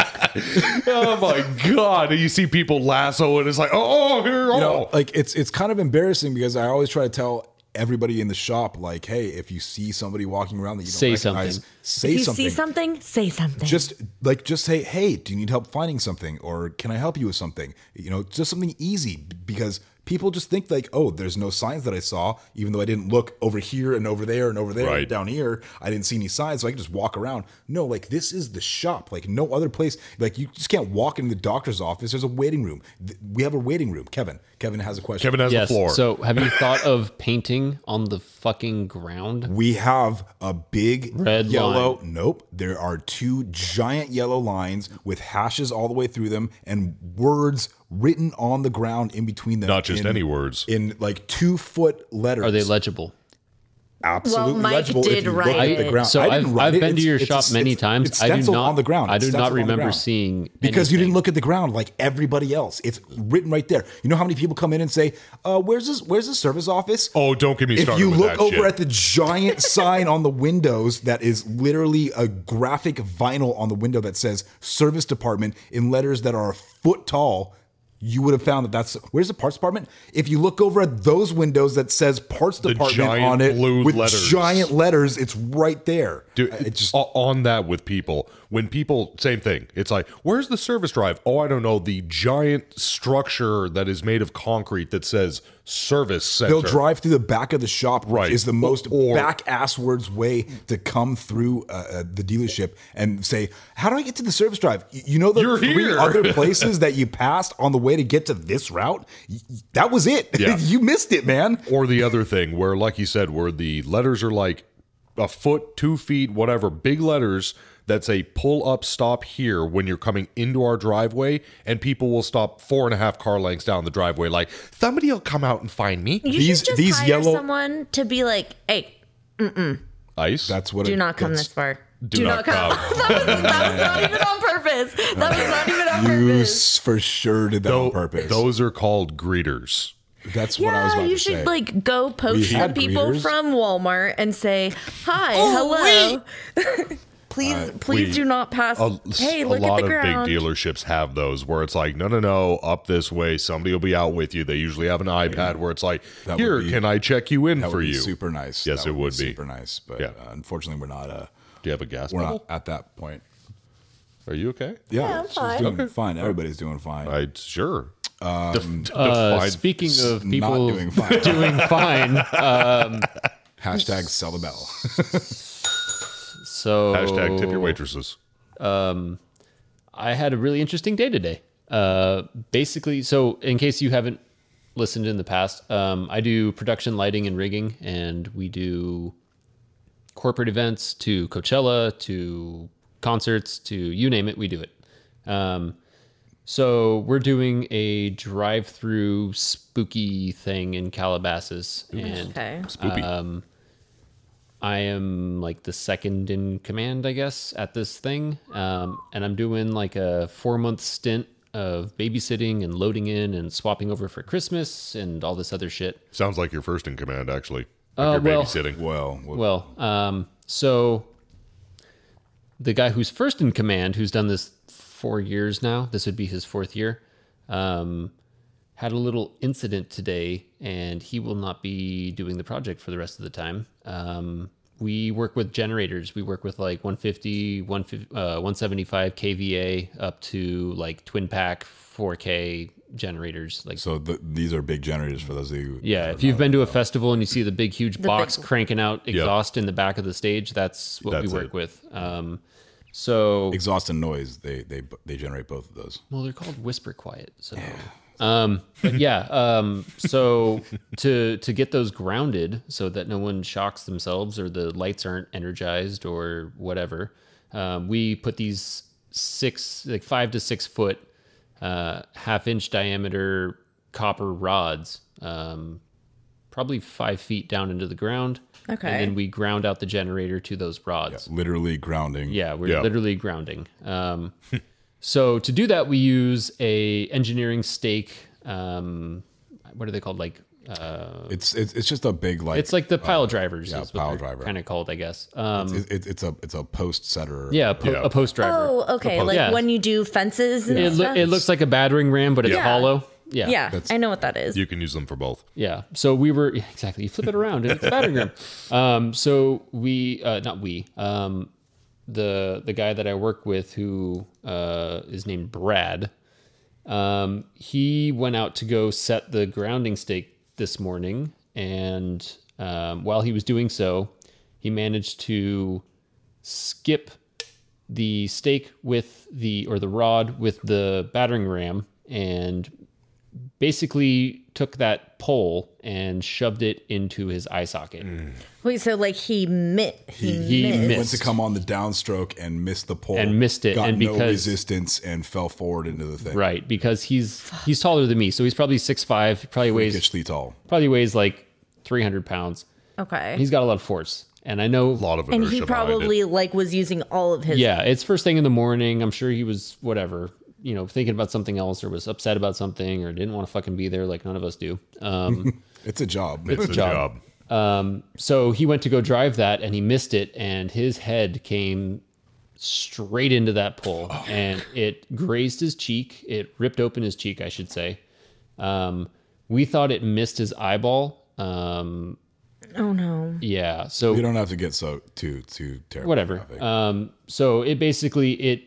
[SPEAKER 6] oh my god and you see people lasso and it's like oh, oh here oh
[SPEAKER 4] you
[SPEAKER 2] uh,
[SPEAKER 4] know, like it's it's kind of embarrassing because I always try to tell everybody in the shop, like, hey, if you see somebody walking around that you don't
[SPEAKER 2] Say
[SPEAKER 4] recognize,
[SPEAKER 2] something.
[SPEAKER 4] say
[SPEAKER 5] if you
[SPEAKER 4] something.
[SPEAKER 5] see something, say something.
[SPEAKER 4] Just like just say, hey, do you need help finding something, or can I help you with something? You know, just something easy b- because people just think like, oh, there's no signs that I saw, even though I didn't look over here and over there and over there
[SPEAKER 6] Right.
[SPEAKER 4] and down here. I didn't see any signs, so I can just walk around. No, like this is the shop, like no other place. Like you just can't walk into the doctor's office. There's a waiting room. Th- We have a waiting room. Kevin, Kevin has a question.
[SPEAKER 6] Kevin has
[SPEAKER 2] Yes.
[SPEAKER 6] the floor
[SPEAKER 2] So, have you thought of painting on the fucking ground?
[SPEAKER 4] We have a big
[SPEAKER 2] Red
[SPEAKER 4] yellow. Nope. There are two giant yellow lines with hashes all the way through them and words written on the ground in between them.
[SPEAKER 6] not just
[SPEAKER 4] in-
[SPEAKER 6] any words
[SPEAKER 4] In like two foot letters.
[SPEAKER 2] Are they legible?
[SPEAKER 4] absolutely
[SPEAKER 5] Well, Mike
[SPEAKER 4] legible
[SPEAKER 5] did
[SPEAKER 4] if you
[SPEAKER 5] write
[SPEAKER 4] look at
[SPEAKER 5] it.
[SPEAKER 4] the ground?
[SPEAKER 2] So
[SPEAKER 4] I
[SPEAKER 2] I've,
[SPEAKER 4] didn't write
[SPEAKER 2] I've
[SPEAKER 4] it.
[SPEAKER 2] been to
[SPEAKER 4] It's-
[SPEAKER 2] your
[SPEAKER 4] it's-
[SPEAKER 2] shop
[SPEAKER 4] it's-
[SPEAKER 2] many
[SPEAKER 4] it's
[SPEAKER 2] times. I do
[SPEAKER 4] stenciled
[SPEAKER 2] not
[SPEAKER 4] on the ground.
[SPEAKER 2] I
[SPEAKER 4] It's
[SPEAKER 2] do not
[SPEAKER 4] stenciled on the
[SPEAKER 2] remember
[SPEAKER 4] ground.
[SPEAKER 2] seeing
[SPEAKER 4] because you didn't
[SPEAKER 2] anything.
[SPEAKER 4] look at the ground like everybody else. It's written right there. You know how many people come in and say, uh, "Where's this? Where's the service office?"
[SPEAKER 6] Oh, don't get me
[SPEAKER 4] If
[SPEAKER 6] started
[SPEAKER 4] you
[SPEAKER 6] with
[SPEAKER 4] look
[SPEAKER 6] that
[SPEAKER 4] over
[SPEAKER 6] shit.
[SPEAKER 4] at the giant sign on the windows that is literally a graphic vinyl on the window that says "Service Department" in letters that are a foot tall. You would have found that that's where's the parts department. If you look over at those windows that says parts department
[SPEAKER 6] giant
[SPEAKER 4] on it
[SPEAKER 6] blue
[SPEAKER 4] with
[SPEAKER 6] letters.
[SPEAKER 4] giant letters, it's right there.
[SPEAKER 6] Dude,
[SPEAKER 4] it just
[SPEAKER 6] o- on that with people. When people, same thing. It's like, where's the service drive? Oh, I don't know. The giant structure that is made of concrete that says service center.
[SPEAKER 4] They'll drive through the back of the shop, which
[SPEAKER 6] Right.
[SPEAKER 4] is the most
[SPEAKER 6] Or-
[SPEAKER 4] back asswards way to come through uh, uh, the dealership and say, "How do I get to the service drive?" Y- You know the
[SPEAKER 6] You're
[SPEAKER 4] three
[SPEAKER 6] here.
[SPEAKER 4] other places that you passed on the way to get to this route. Y- y- That was it.
[SPEAKER 6] Yeah.
[SPEAKER 4] you missed it, man.
[SPEAKER 6] Or the other thing where, like you said, where the letters are like a foot, two feet, whatever, big letters that say pull up, stop here when you're coming into our driveway, and people will stop four and a half car lengths down the driveway, like, somebody will come out and find me.
[SPEAKER 5] you
[SPEAKER 4] these-
[SPEAKER 5] should just
[SPEAKER 4] these
[SPEAKER 5] hire
[SPEAKER 4] yellow-
[SPEAKER 5] someone to be like, hey,
[SPEAKER 6] Ice.
[SPEAKER 4] That's what.
[SPEAKER 5] do
[SPEAKER 4] it-
[SPEAKER 5] not come
[SPEAKER 4] that's-
[SPEAKER 5] this far.
[SPEAKER 6] Do not come.
[SPEAKER 5] that, was, that was not even on purpose. That was not even on
[SPEAKER 4] You
[SPEAKER 5] purpose.
[SPEAKER 4] s- for sure did that
[SPEAKER 6] Tho-
[SPEAKER 4] on purpose.
[SPEAKER 6] Those are called greeters.
[SPEAKER 4] that's what I was
[SPEAKER 5] Yeah,
[SPEAKER 4] about
[SPEAKER 5] you
[SPEAKER 4] to
[SPEAKER 5] should
[SPEAKER 4] say.
[SPEAKER 5] like go poach
[SPEAKER 4] had
[SPEAKER 5] some people
[SPEAKER 4] greeters.
[SPEAKER 5] from Walmart and say, "Hi, hello." Oh, Please,
[SPEAKER 6] Right.
[SPEAKER 5] please
[SPEAKER 6] We-
[SPEAKER 5] do not pass.
[SPEAKER 6] a,
[SPEAKER 5] hey,
[SPEAKER 6] a
[SPEAKER 5] look
[SPEAKER 6] lot
[SPEAKER 5] at the
[SPEAKER 6] of
[SPEAKER 5] ground.
[SPEAKER 6] big dealerships have those where it's like, no, no, no, up this way. Somebody will be out with you. They usually have an iPad where it's like,
[SPEAKER 4] That would
[SPEAKER 6] here,
[SPEAKER 4] be-
[SPEAKER 6] can I check you in
[SPEAKER 4] That
[SPEAKER 6] for
[SPEAKER 4] would be
[SPEAKER 6] you?
[SPEAKER 4] super nice.
[SPEAKER 6] Yes,
[SPEAKER 4] That
[SPEAKER 6] it would be.
[SPEAKER 4] super nice. But
[SPEAKER 6] Yeah.
[SPEAKER 4] uh, unfortunately, we're not. Uh,
[SPEAKER 6] Do you have a gas
[SPEAKER 4] we're not
[SPEAKER 6] bubble?
[SPEAKER 4] at that point.
[SPEAKER 6] Are you okay?
[SPEAKER 4] Yeah,
[SPEAKER 3] I'm
[SPEAKER 4] she's
[SPEAKER 3] fine.
[SPEAKER 4] doing fine. Everybody's doing fine.
[SPEAKER 6] I sure.
[SPEAKER 4] Um,
[SPEAKER 2] Uh,
[SPEAKER 6] Define-
[SPEAKER 2] speaking of
[SPEAKER 4] not
[SPEAKER 2] people
[SPEAKER 4] doing fine.
[SPEAKER 2] doing fine, uh,
[SPEAKER 4] Hashtag sell the bell.
[SPEAKER 2] so
[SPEAKER 6] Hashtag tip
[SPEAKER 4] Oh.
[SPEAKER 6] your waitresses.
[SPEAKER 2] I had a really interesting day today. Uh, basically, so in case you haven't listened in the past, um, I do production lighting and rigging, and we do corporate events to Coachella to concerts to you name it, we do it. Um, so we're doing a drive-through spooky thing in Calabasas, and
[SPEAKER 5] Okay.
[SPEAKER 6] Spoopy.
[SPEAKER 2] I am like the second in command, I guess, at this thing. Um, and I'm doing like a four month stint of babysitting and loading in and swapping over for Christmas and all this other shit.
[SPEAKER 6] Sounds like you're first in command, actually. If
[SPEAKER 2] Uh,
[SPEAKER 6] you're
[SPEAKER 2] well-
[SPEAKER 6] babysitting.
[SPEAKER 4] well, well,
[SPEAKER 2] Well, um, so the guy who's first in command, who's done this four years now, this would be his fourth year, um, had a little incident today, and he will not be doing the project for the rest of the time. Um, we work with generators. We work with like 150, 150 uh, 175 kVA up to like twin pack 4K generators. Like
[SPEAKER 4] so th these are big generators for those of you.
[SPEAKER 2] yeah, if you've been to a festival and you see the big, huge box
[SPEAKER 5] big-
[SPEAKER 2] cranking out exhaust in the back of the stage, that's what
[SPEAKER 6] That's
[SPEAKER 2] we work
[SPEAKER 6] it.
[SPEAKER 2] with. Um, so,
[SPEAKER 4] Exhaust and noise. They they they generate both of those.
[SPEAKER 2] well, they're called whisper quiet. So, um, but yeah, um, so to to get those grounded so that no one shocks themselves or the lights aren't energized or whatever, um, we put these six, like five to six foot, uh, half inch diameter copper rods. Um, probably five feet down into the ground.
[SPEAKER 5] Okay.
[SPEAKER 2] And then we ground out the generator to those rods.
[SPEAKER 4] Literally grounding.
[SPEAKER 2] Yeah, we're
[SPEAKER 6] Yeah.
[SPEAKER 2] literally grounding. Um, so to do that, we use a engineering stake. Um, what are they called? Like uh,
[SPEAKER 4] It's it's, it's just a big like.
[SPEAKER 2] it's like the pile drivers.
[SPEAKER 4] Uh, yeah,
[SPEAKER 2] is
[SPEAKER 4] pile
[SPEAKER 2] what
[SPEAKER 4] driver.
[SPEAKER 2] Kind of called, I guess. Um,
[SPEAKER 4] It, it, it's a it's a post setter.
[SPEAKER 2] yeah, a po-
[SPEAKER 6] Yeah.
[SPEAKER 2] a post driver.
[SPEAKER 5] Oh, okay. Like
[SPEAKER 2] Yeah.
[SPEAKER 5] when you do fences and
[SPEAKER 2] it, loo-
[SPEAKER 5] stuff.
[SPEAKER 2] it looks like a battering ram, but it's
[SPEAKER 5] Yeah.
[SPEAKER 2] hollow.
[SPEAKER 5] Yeah, I know what that is.
[SPEAKER 6] You can use them for both.
[SPEAKER 2] Yeah. So we were yeah, exactly. You flip it around and it's a battering ram. Um, so we, uh, not we, um, the the guy that I work with who uh, is named Brad. Um, he went out to go set the grounding stake this morning, and um, while he was doing so, he managed to skip the stake with the or the rod with the battering ram and basically took that pole and shoved it into his eye socket.
[SPEAKER 5] Wait, so like he mit he,
[SPEAKER 2] He
[SPEAKER 5] missed.
[SPEAKER 2] missed.
[SPEAKER 4] Went to come on the downstroke and missed the pole
[SPEAKER 2] And missed it,
[SPEAKER 4] Got
[SPEAKER 2] and
[SPEAKER 4] no
[SPEAKER 2] because-
[SPEAKER 4] resistance and fell forward into the thing.
[SPEAKER 2] Right, because he's he's taller than me, so he's probably six five. Probably weighs
[SPEAKER 4] Gitchley tall.
[SPEAKER 2] probably weighs like three hundred pounds.
[SPEAKER 5] Okay.
[SPEAKER 2] He's got a lot of force, and I know
[SPEAKER 6] A lot of
[SPEAKER 5] and
[SPEAKER 6] inertia
[SPEAKER 5] he
[SPEAKER 6] behind it.
[SPEAKER 5] probably like was using all of his
[SPEAKER 2] Yeah, it's first thing in the morning. I'm sure he was whatever, you know, thinking about something else or was upset about something or didn't want to fucking be there like none of us do. Um,
[SPEAKER 4] It's a job.
[SPEAKER 6] It's a job.
[SPEAKER 2] so he went to go drive that and he missed it and his head came straight into that pole and it grazed his cheek. It ripped open his cheek, I should say. Um, we thought it missed his eyeball. Um,
[SPEAKER 5] Oh no.
[SPEAKER 2] yeah, so
[SPEAKER 4] you don't have to get so too too terrible.
[SPEAKER 2] whatever.
[SPEAKER 4] about it.
[SPEAKER 2] Um, so it basically it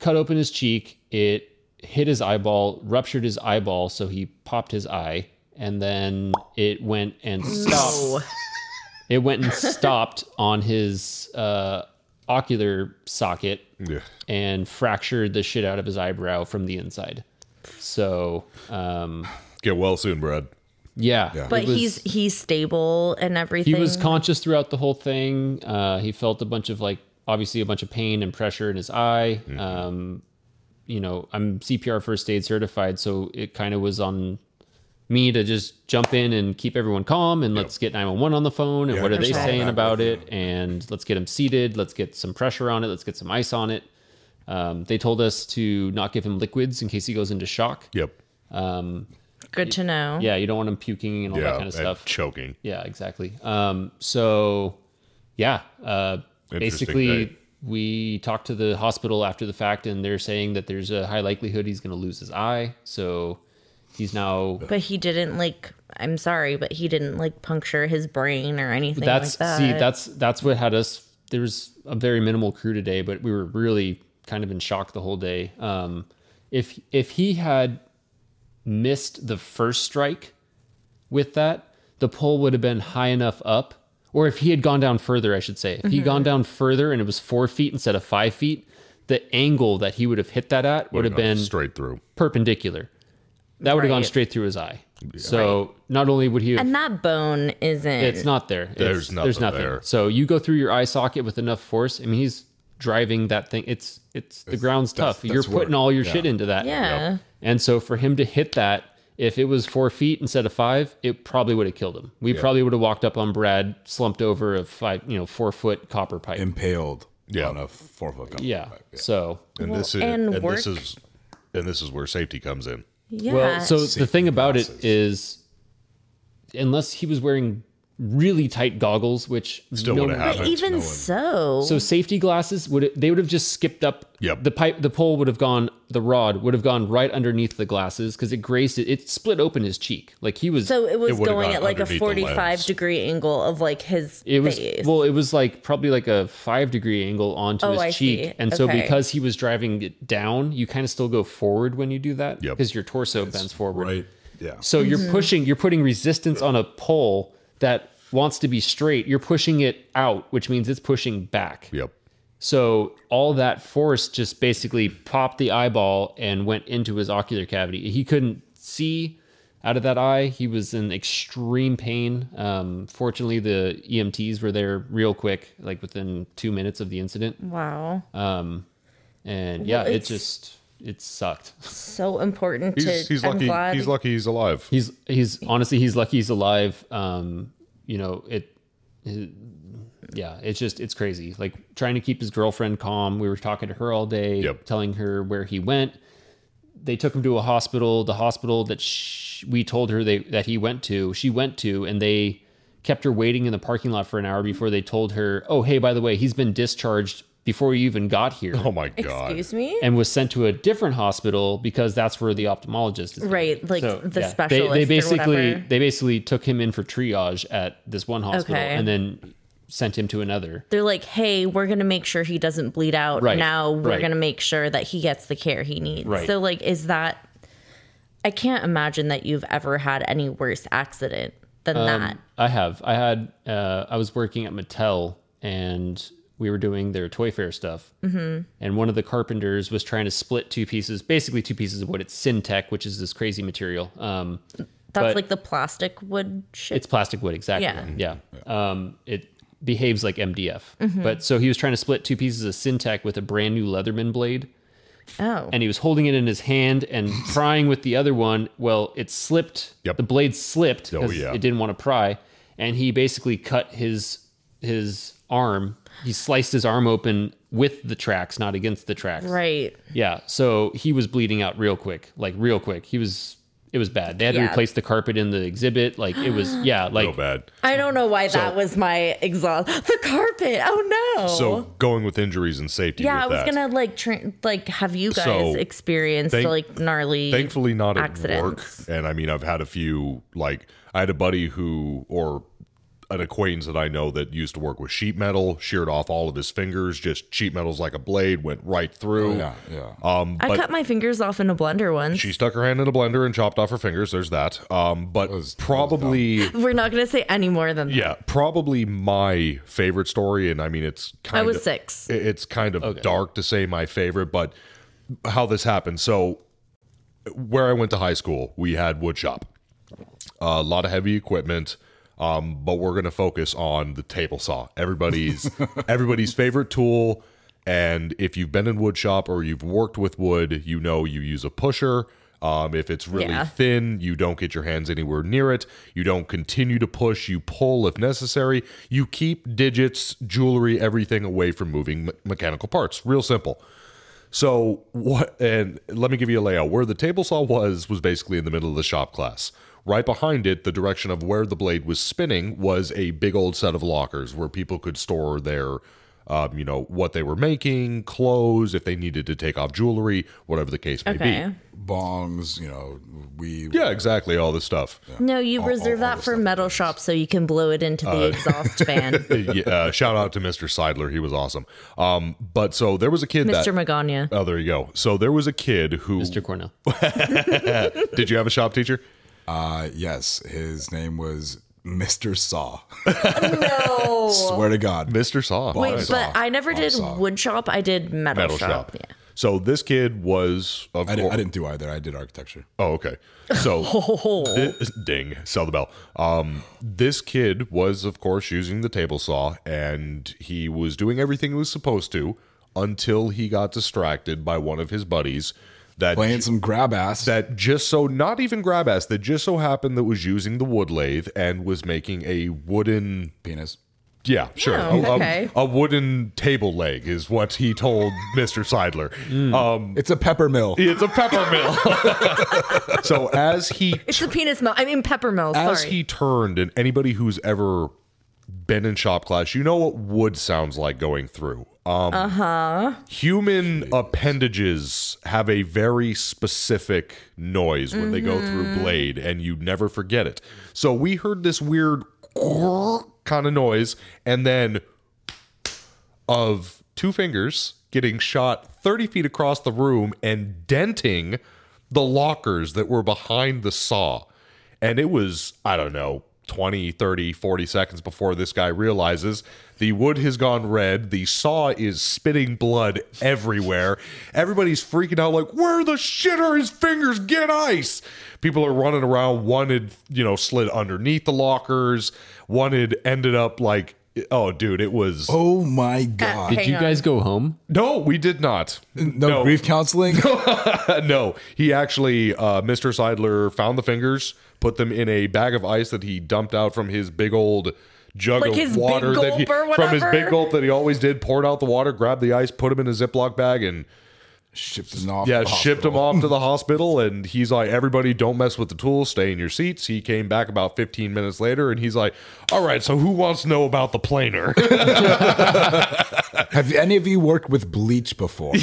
[SPEAKER 2] cut open his cheek, it hit his eyeball, ruptured his eyeball, so he popped his eye, and then it went and stopped. It went and stopped on his uh, ocular socket
[SPEAKER 6] Yeah.
[SPEAKER 2] and fractured the shit out of his eyebrow from the inside. So um,
[SPEAKER 6] Get well soon, Brad.
[SPEAKER 2] yeah,
[SPEAKER 5] But
[SPEAKER 2] it was-
[SPEAKER 5] he's he's stable and everything.
[SPEAKER 2] he was conscious throughout the whole thing. Uh, he felt a bunch of like obviously a bunch of pain and pressure in his eye. Um, you know, I'm CPR first aid certified, so it kind of was on me to just jump in and keep everyone calm and let's get 911 on the phone and what are they
[SPEAKER 4] sure.
[SPEAKER 2] saying
[SPEAKER 4] Back
[SPEAKER 2] about
[SPEAKER 4] with
[SPEAKER 2] it and let's get him seated, let's get some pressure on it, let's get some ice on it. Um, they told us to not give him liquids in case he goes into shock.
[SPEAKER 6] Yep.
[SPEAKER 5] good to know.
[SPEAKER 2] Yeah, you don't want him puking and all
[SPEAKER 6] yeah.
[SPEAKER 2] that kind
[SPEAKER 6] and
[SPEAKER 2] of stuff.
[SPEAKER 6] Choking.
[SPEAKER 2] Yeah, exactly. Um, so yeah, uh,
[SPEAKER 6] Interesting
[SPEAKER 2] basically
[SPEAKER 6] day.
[SPEAKER 2] we talked to the hospital after the fact, and they're saying that there's a high likelihood he's going to lose his eye. So he's now.
[SPEAKER 5] But he didn't like. I'm sorry, but he didn't like puncture his brain or anything
[SPEAKER 2] That's
[SPEAKER 5] like that.
[SPEAKER 2] see, that's that's what had us. There was a very minimal crew today, but we were really kind of in shock the whole day. Um, if if he had missed the first strike with that, the pole would have been high enough up. Or if he had gone down further, I should say. If he'd
[SPEAKER 5] Mm-hmm.
[SPEAKER 2] gone down further and it was four feet instead of five feet, the angle that he would have hit that at would have
[SPEAKER 6] Gone
[SPEAKER 2] been
[SPEAKER 6] straight through.
[SPEAKER 2] perpendicular. That would have gone
[SPEAKER 5] Right.
[SPEAKER 2] straight through his eye. So not only would he have
[SPEAKER 5] and that bone isn't.
[SPEAKER 2] it's not there. It's-
[SPEAKER 6] There's nothing
[SPEAKER 2] There's nothing.
[SPEAKER 6] there.
[SPEAKER 2] So you go through your eye socket with enough force. I mean, he's driving that thing. It's it's the ground's
[SPEAKER 4] that's-
[SPEAKER 2] tough.
[SPEAKER 4] that's
[SPEAKER 2] You're
[SPEAKER 4] what-
[SPEAKER 2] putting all your shit into that.
[SPEAKER 5] Yeah. Yep.
[SPEAKER 2] And so for him to hit that, if it was four feet instead of five, it probably would have killed him. We probably would have walked up on Brad, slumped over a five, you know, four foot copper pipe.
[SPEAKER 4] impaled
[SPEAKER 6] Yeah.
[SPEAKER 4] on a four foot.
[SPEAKER 2] yeah. So
[SPEAKER 6] And this is
[SPEAKER 5] and
[SPEAKER 6] and, this
[SPEAKER 5] work-
[SPEAKER 6] is and this is where safety comes in.
[SPEAKER 5] Yeah.
[SPEAKER 2] Well, so the thing about it is, unless he was wearing really tight goggles, which
[SPEAKER 6] Still
[SPEAKER 2] no,
[SPEAKER 6] would have
[SPEAKER 5] but
[SPEAKER 6] happened.
[SPEAKER 5] even so,
[SPEAKER 2] So safety glasses would they would have just skipped up.
[SPEAKER 6] Yep.
[SPEAKER 2] The pipe, the pole would have gone. The rod would have gone right underneath the glasses because it grazed it. It split open his cheek. Like he was.
[SPEAKER 5] so it was
[SPEAKER 6] It would've
[SPEAKER 5] going
[SPEAKER 6] gone
[SPEAKER 5] at like a
[SPEAKER 6] underneath the
[SPEAKER 5] 45
[SPEAKER 6] lens.
[SPEAKER 5] degree angle of like his
[SPEAKER 2] it was
[SPEAKER 5] face.
[SPEAKER 2] well. It was like probably like a five degree angle onto
[SPEAKER 5] Oh,
[SPEAKER 2] his
[SPEAKER 5] I
[SPEAKER 2] cheek,
[SPEAKER 5] see.
[SPEAKER 2] and so
[SPEAKER 5] Okay.
[SPEAKER 2] because he was driving it down, you kind of still go forward when you do that
[SPEAKER 6] Yep.
[SPEAKER 2] because your torso bends forward.
[SPEAKER 4] Right. Yeah.
[SPEAKER 2] So
[SPEAKER 5] Mm-hmm.
[SPEAKER 2] you're pushing, you're putting resistance on a pole that wants to be straight. You're pushing it out, which means it's pushing back.
[SPEAKER 6] Yep.
[SPEAKER 2] So all that force just basically popped the eyeball and went into his ocular cavity. He couldn't see out of that eye. He was in extreme pain. Um, fortunately, the EMTs were there real quick, like within two minutes of the incident.
[SPEAKER 5] wow.
[SPEAKER 2] Um, and yeah,
[SPEAKER 5] Well,
[SPEAKER 2] it
[SPEAKER 5] it's-
[SPEAKER 2] just it sucked.
[SPEAKER 5] so important to.
[SPEAKER 6] He's, he's
[SPEAKER 5] I'm
[SPEAKER 6] lucky.
[SPEAKER 5] glad-
[SPEAKER 6] He's lucky. He's alive.
[SPEAKER 2] He's he's honestly he's lucky he's alive. Um, you know it. yeah, it's just it's crazy. Like trying to keep his girlfriend calm. We were talking to her all day,
[SPEAKER 6] Yep.
[SPEAKER 2] telling her where he went. They took him to a hospital. The hospital that sh we told her they that he went to, she went to, and they kept her waiting in the parking lot for an hour before they told her, "Oh, hey, by the way, he's been discharged before you even got here."
[SPEAKER 6] oh my god.
[SPEAKER 5] Excuse me?
[SPEAKER 2] and was sent to a different hospital because that's where the ophthalmologist is.
[SPEAKER 5] Right, like the
[SPEAKER 2] They,
[SPEAKER 5] specialist
[SPEAKER 2] they
[SPEAKER 5] or
[SPEAKER 2] basically
[SPEAKER 5] whatever.
[SPEAKER 2] they basically took him in for triage at this one hospital
[SPEAKER 5] Okay.
[SPEAKER 2] and then sent him to another.
[SPEAKER 5] They're like, hey, we're going to make sure he doesn't bleed out.
[SPEAKER 2] Right,
[SPEAKER 5] Now we're
[SPEAKER 2] right.
[SPEAKER 5] going to make sure that he gets the care he needs.
[SPEAKER 2] Right.
[SPEAKER 5] So, like, is that. I can't imagine that you've ever had any worse accident than
[SPEAKER 6] Um,
[SPEAKER 5] that.
[SPEAKER 2] I have. I had. Uh, I was working at Mattel, and we were doing their toy fair stuff. Mm-hmm. And one of the carpenters was trying to split two pieces, basically two pieces of wood. It's Syntech, which is this crazy material. Um,
[SPEAKER 5] That's
[SPEAKER 2] but-
[SPEAKER 5] like the plastic wood shit.
[SPEAKER 2] It's plastic wood, exactly. Yeah. Um, it behaves like MDF.
[SPEAKER 5] Mm-hmm.
[SPEAKER 2] But so he was trying to split two pieces of Syntec with a brand new Leatherman blade,
[SPEAKER 5] oh.
[SPEAKER 2] and he was holding it in his hand and prying with the other one. Well, it slipped.
[SPEAKER 6] Yep.
[SPEAKER 2] The blade slipped
[SPEAKER 6] Oh,
[SPEAKER 2] 'cause
[SPEAKER 6] yeah.
[SPEAKER 2] it didn't want to pry, and he basically cut his his arm. He sliced his arm open with the tracks, not against the tracks.
[SPEAKER 5] right.
[SPEAKER 2] Yeah, so he was bleeding out real quick, like real quick. He was, it was bad. They had to
[SPEAKER 5] Yeah.
[SPEAKER 2] replace the carpet in the exhibit. Like it was, yeah, like
[SPEAKER 6] so bad.
[SPEAKER 5] I don't know why that was my exhaust. The carpet. Oh no.
[SPEAKER 6] So going with injuries and safety.
[SPEAKER 5] yeah, I
[SPEAKER 6] with
[SPEAKER 5] was
[SPEAKER 6] that.
[SPEAKER 5] gonna like tr- like have you guys
[SPEAKER 6] So,
[SPEAKER 5] experienced
[SPEAKER 6] thank-
[SPEAKER 5] like gnarly?
[SPEAKER 6] thankfully not at work
[SPEAKER 5] accidents.
[SPEAKER 6] and i mean i've had a few like i had a buddy who or an acquaintance that i know that used to work with sheet metal sheared off all of his fingers just sheet metal's like a blade went right through
[SPEAKER 4] Oh, Yeah. Yeah.
[SPEAKER 6] um
[SPEAKER 5] I
[SPEAKER 6] but
[SPEAKER 5] cut my fingers off in a blender once.
[SPEAKER 6] she stuck her hand in a blender and chopped off her fingers there's that um but
[SPEAKER 4] was- that was
[SPEAKER 6] probably
[SPEAKER 5] We're not gonna say any more than that.
[SPEAKER 6] yeah probably my favorite story and i mean it's kind
[SPEAKER 5] I was
[SPEAKER 6] of
[SPEAKER 5] six.
[SPEAKER 6] it- it's kind of dark to say my favorite, but how this happened. So, where I went to high school, we had wood shop, a lot of heavy equipment. Um, but we're gonna focus on the table saw, everybody's everybody's favorite tool. And if you've been in wood shop or you've worked with wood, you know you use a pusher. Um, if it's really
[SPEAKER 5] Yeah.
[SPEAKER 6] thin, you don't get your hands anywhere near it. You don't continue to push. You pull if necessary. You keep digits, jewelry, everything away from moving me- mechanical parts. Real simple. So what? And let me give you a layout. Where the table saw was was basically in the middle of the shop class. Right behind it, the direction of where the blade was spinning was a big old set of lockers where people could store their um, you know, what they were making, clothes, if they needed to take off jewelry, whatever the case may
[SPEAKER 5] Okay.
[SPEAKER 6] be.
[SPEAKER 4] bongs, you know, we
[SPEAKER 6] Yeah, exactly. All this stuff.
[SPEAKER 5] No, you
[SPEAKER 4] All-
[SPEAKER 5] reserve
[SPEAKER 4] all- all
[SPEAKER 5] that
[SPEAKER 4] the
[SPEAKER 5] for
[SPEAKER 4] stuff Uh,
[SPEAKER 5] metal shops so you can blow it into the exhaust fan.
[SPEAKER 6] yeah, uh, shout out to Mr. Seidler. He was awesome. Um, but so there was a kid that.
[SPEAKER 5] Mr. Magania.
[SPEAKER 6] oh, there you go. So there was a kid who.
[SPEAKER 2] Mr. Cornell.
[SPEAKER 6] Did you have a shop teacher?
[SPEAKER 4] Uh, yes, his name was Mr. Saw.
[SPEAKER 5] No.
[SPEAKER 4] Swear to God.
[SPEAKER 6] Mr. Saw.
[SPEAKER 5] Wait,
[SPEAKER 4] Bob
[SPEAKER 5] but
[SPEAKER 4] saw.
[SPEAKER 5] I never
[SPEAKER 4] Bob
[SPEAKER 5] did
[SPEAKER 4] saw.
[SPEAKER 5] wood shop. I did metal,
[SPEAKER 6] metal
[SPEAKER 5] shop.
[SPEAKER 6] shop. So this kid was of
[SPEAKER 4] I, did,
[SPEAKER 6] course.
[SPEAKER 4] I didn't do either. I did architecture.
[SPEAKER 6] Oh, okay. So thi- ding, sell the bell. Um, this kid was of course using the table saw, and he was doing everything he was supposed to until he got distracted by one of his buddies that
[SPEAKER 4] Playing some grab ass.
[SPEAKER 6] that just so not even grab ass that just so happened that was using the wood lathe and was making a wooden
[SPEAKER 4] penis.
[SPEAKER 6] yeah sure
[SPEAKER 5] Oh,
[SPEAKER 6] a- a,
[SPEAKER 5] okay.
[SPEAKER 6] a wooden table leg is what he told Mr. Seidler.
[SPEAKER 4] Hmm.
[SPEAKER 6] Um,
[SPEAKER 4] It's a pepper mill.
[SPEAKER 6] it's a pepper mill. so as he
[SPEAKER 5] It's the penis mill. I mean pepper mill.
[SPEAKER 6] as
[SPEAKER 5] sorry.
[SPEAKER 6] he turned, and anybody who's ever been in shop class, you know what wood sounds like going through. Um, uh huh. Human appendages have a very specific noise when they go through blade, and you never forget it. So we heard this weird kind of noise, and then of two fingers getting shot 30 feet across the room and denting the lockers that were behind the saw. And it was, I don't know, 20, 30, 40 seconds before this guy realizes the wood has gone red, the saw is spitting blood everywhere. Everybody's freaking out, like, where the shit are his fingers? Get ice! People are running around. One had, you know, slid underneath the lockers. One had ended up like, oh, dude, it was.
[SPEAKER 4] Oh my God.
[SPEAKER 2] Did you guys go home?
[SPEAKER 6] No, we did not.
[SPEAKER 4] No, grief counseling.
[SPEAKER 6] no, he actually, uh, Mr. Seidler found the fingers, put them in a bag of ice that he dumped out from his big old jug
[SPEAKER 5] Like
[SPEAKER 6] of
[SPEAKER 5] his big
[SPEAKER 6] water that he,
[SPEAKER 5] gulp or
[SPEAKER 6] from his big
[SPEAKER 5] whatever?
[SPEAKER 6] gulp that he always did. Poured out the water, grabbed the ice, put them in a Ziploc bag, and
[SPEAKER 4] Shipped him off.
[SPEAKER 6] yeah,
[SPEAKER 4] to the
[SPEAKER 6] shipped him
[SPEAKER 4] hospital.
[SPEAKER 6] off to the hospital. And he's like, "Everybody, don't mess with the tools. Stay in your seats." He came back about 15 minutes later, and he's like, "All right, so who wants to know about the planer?"
[SPEAKER 4] Have any of you worked with bleach before?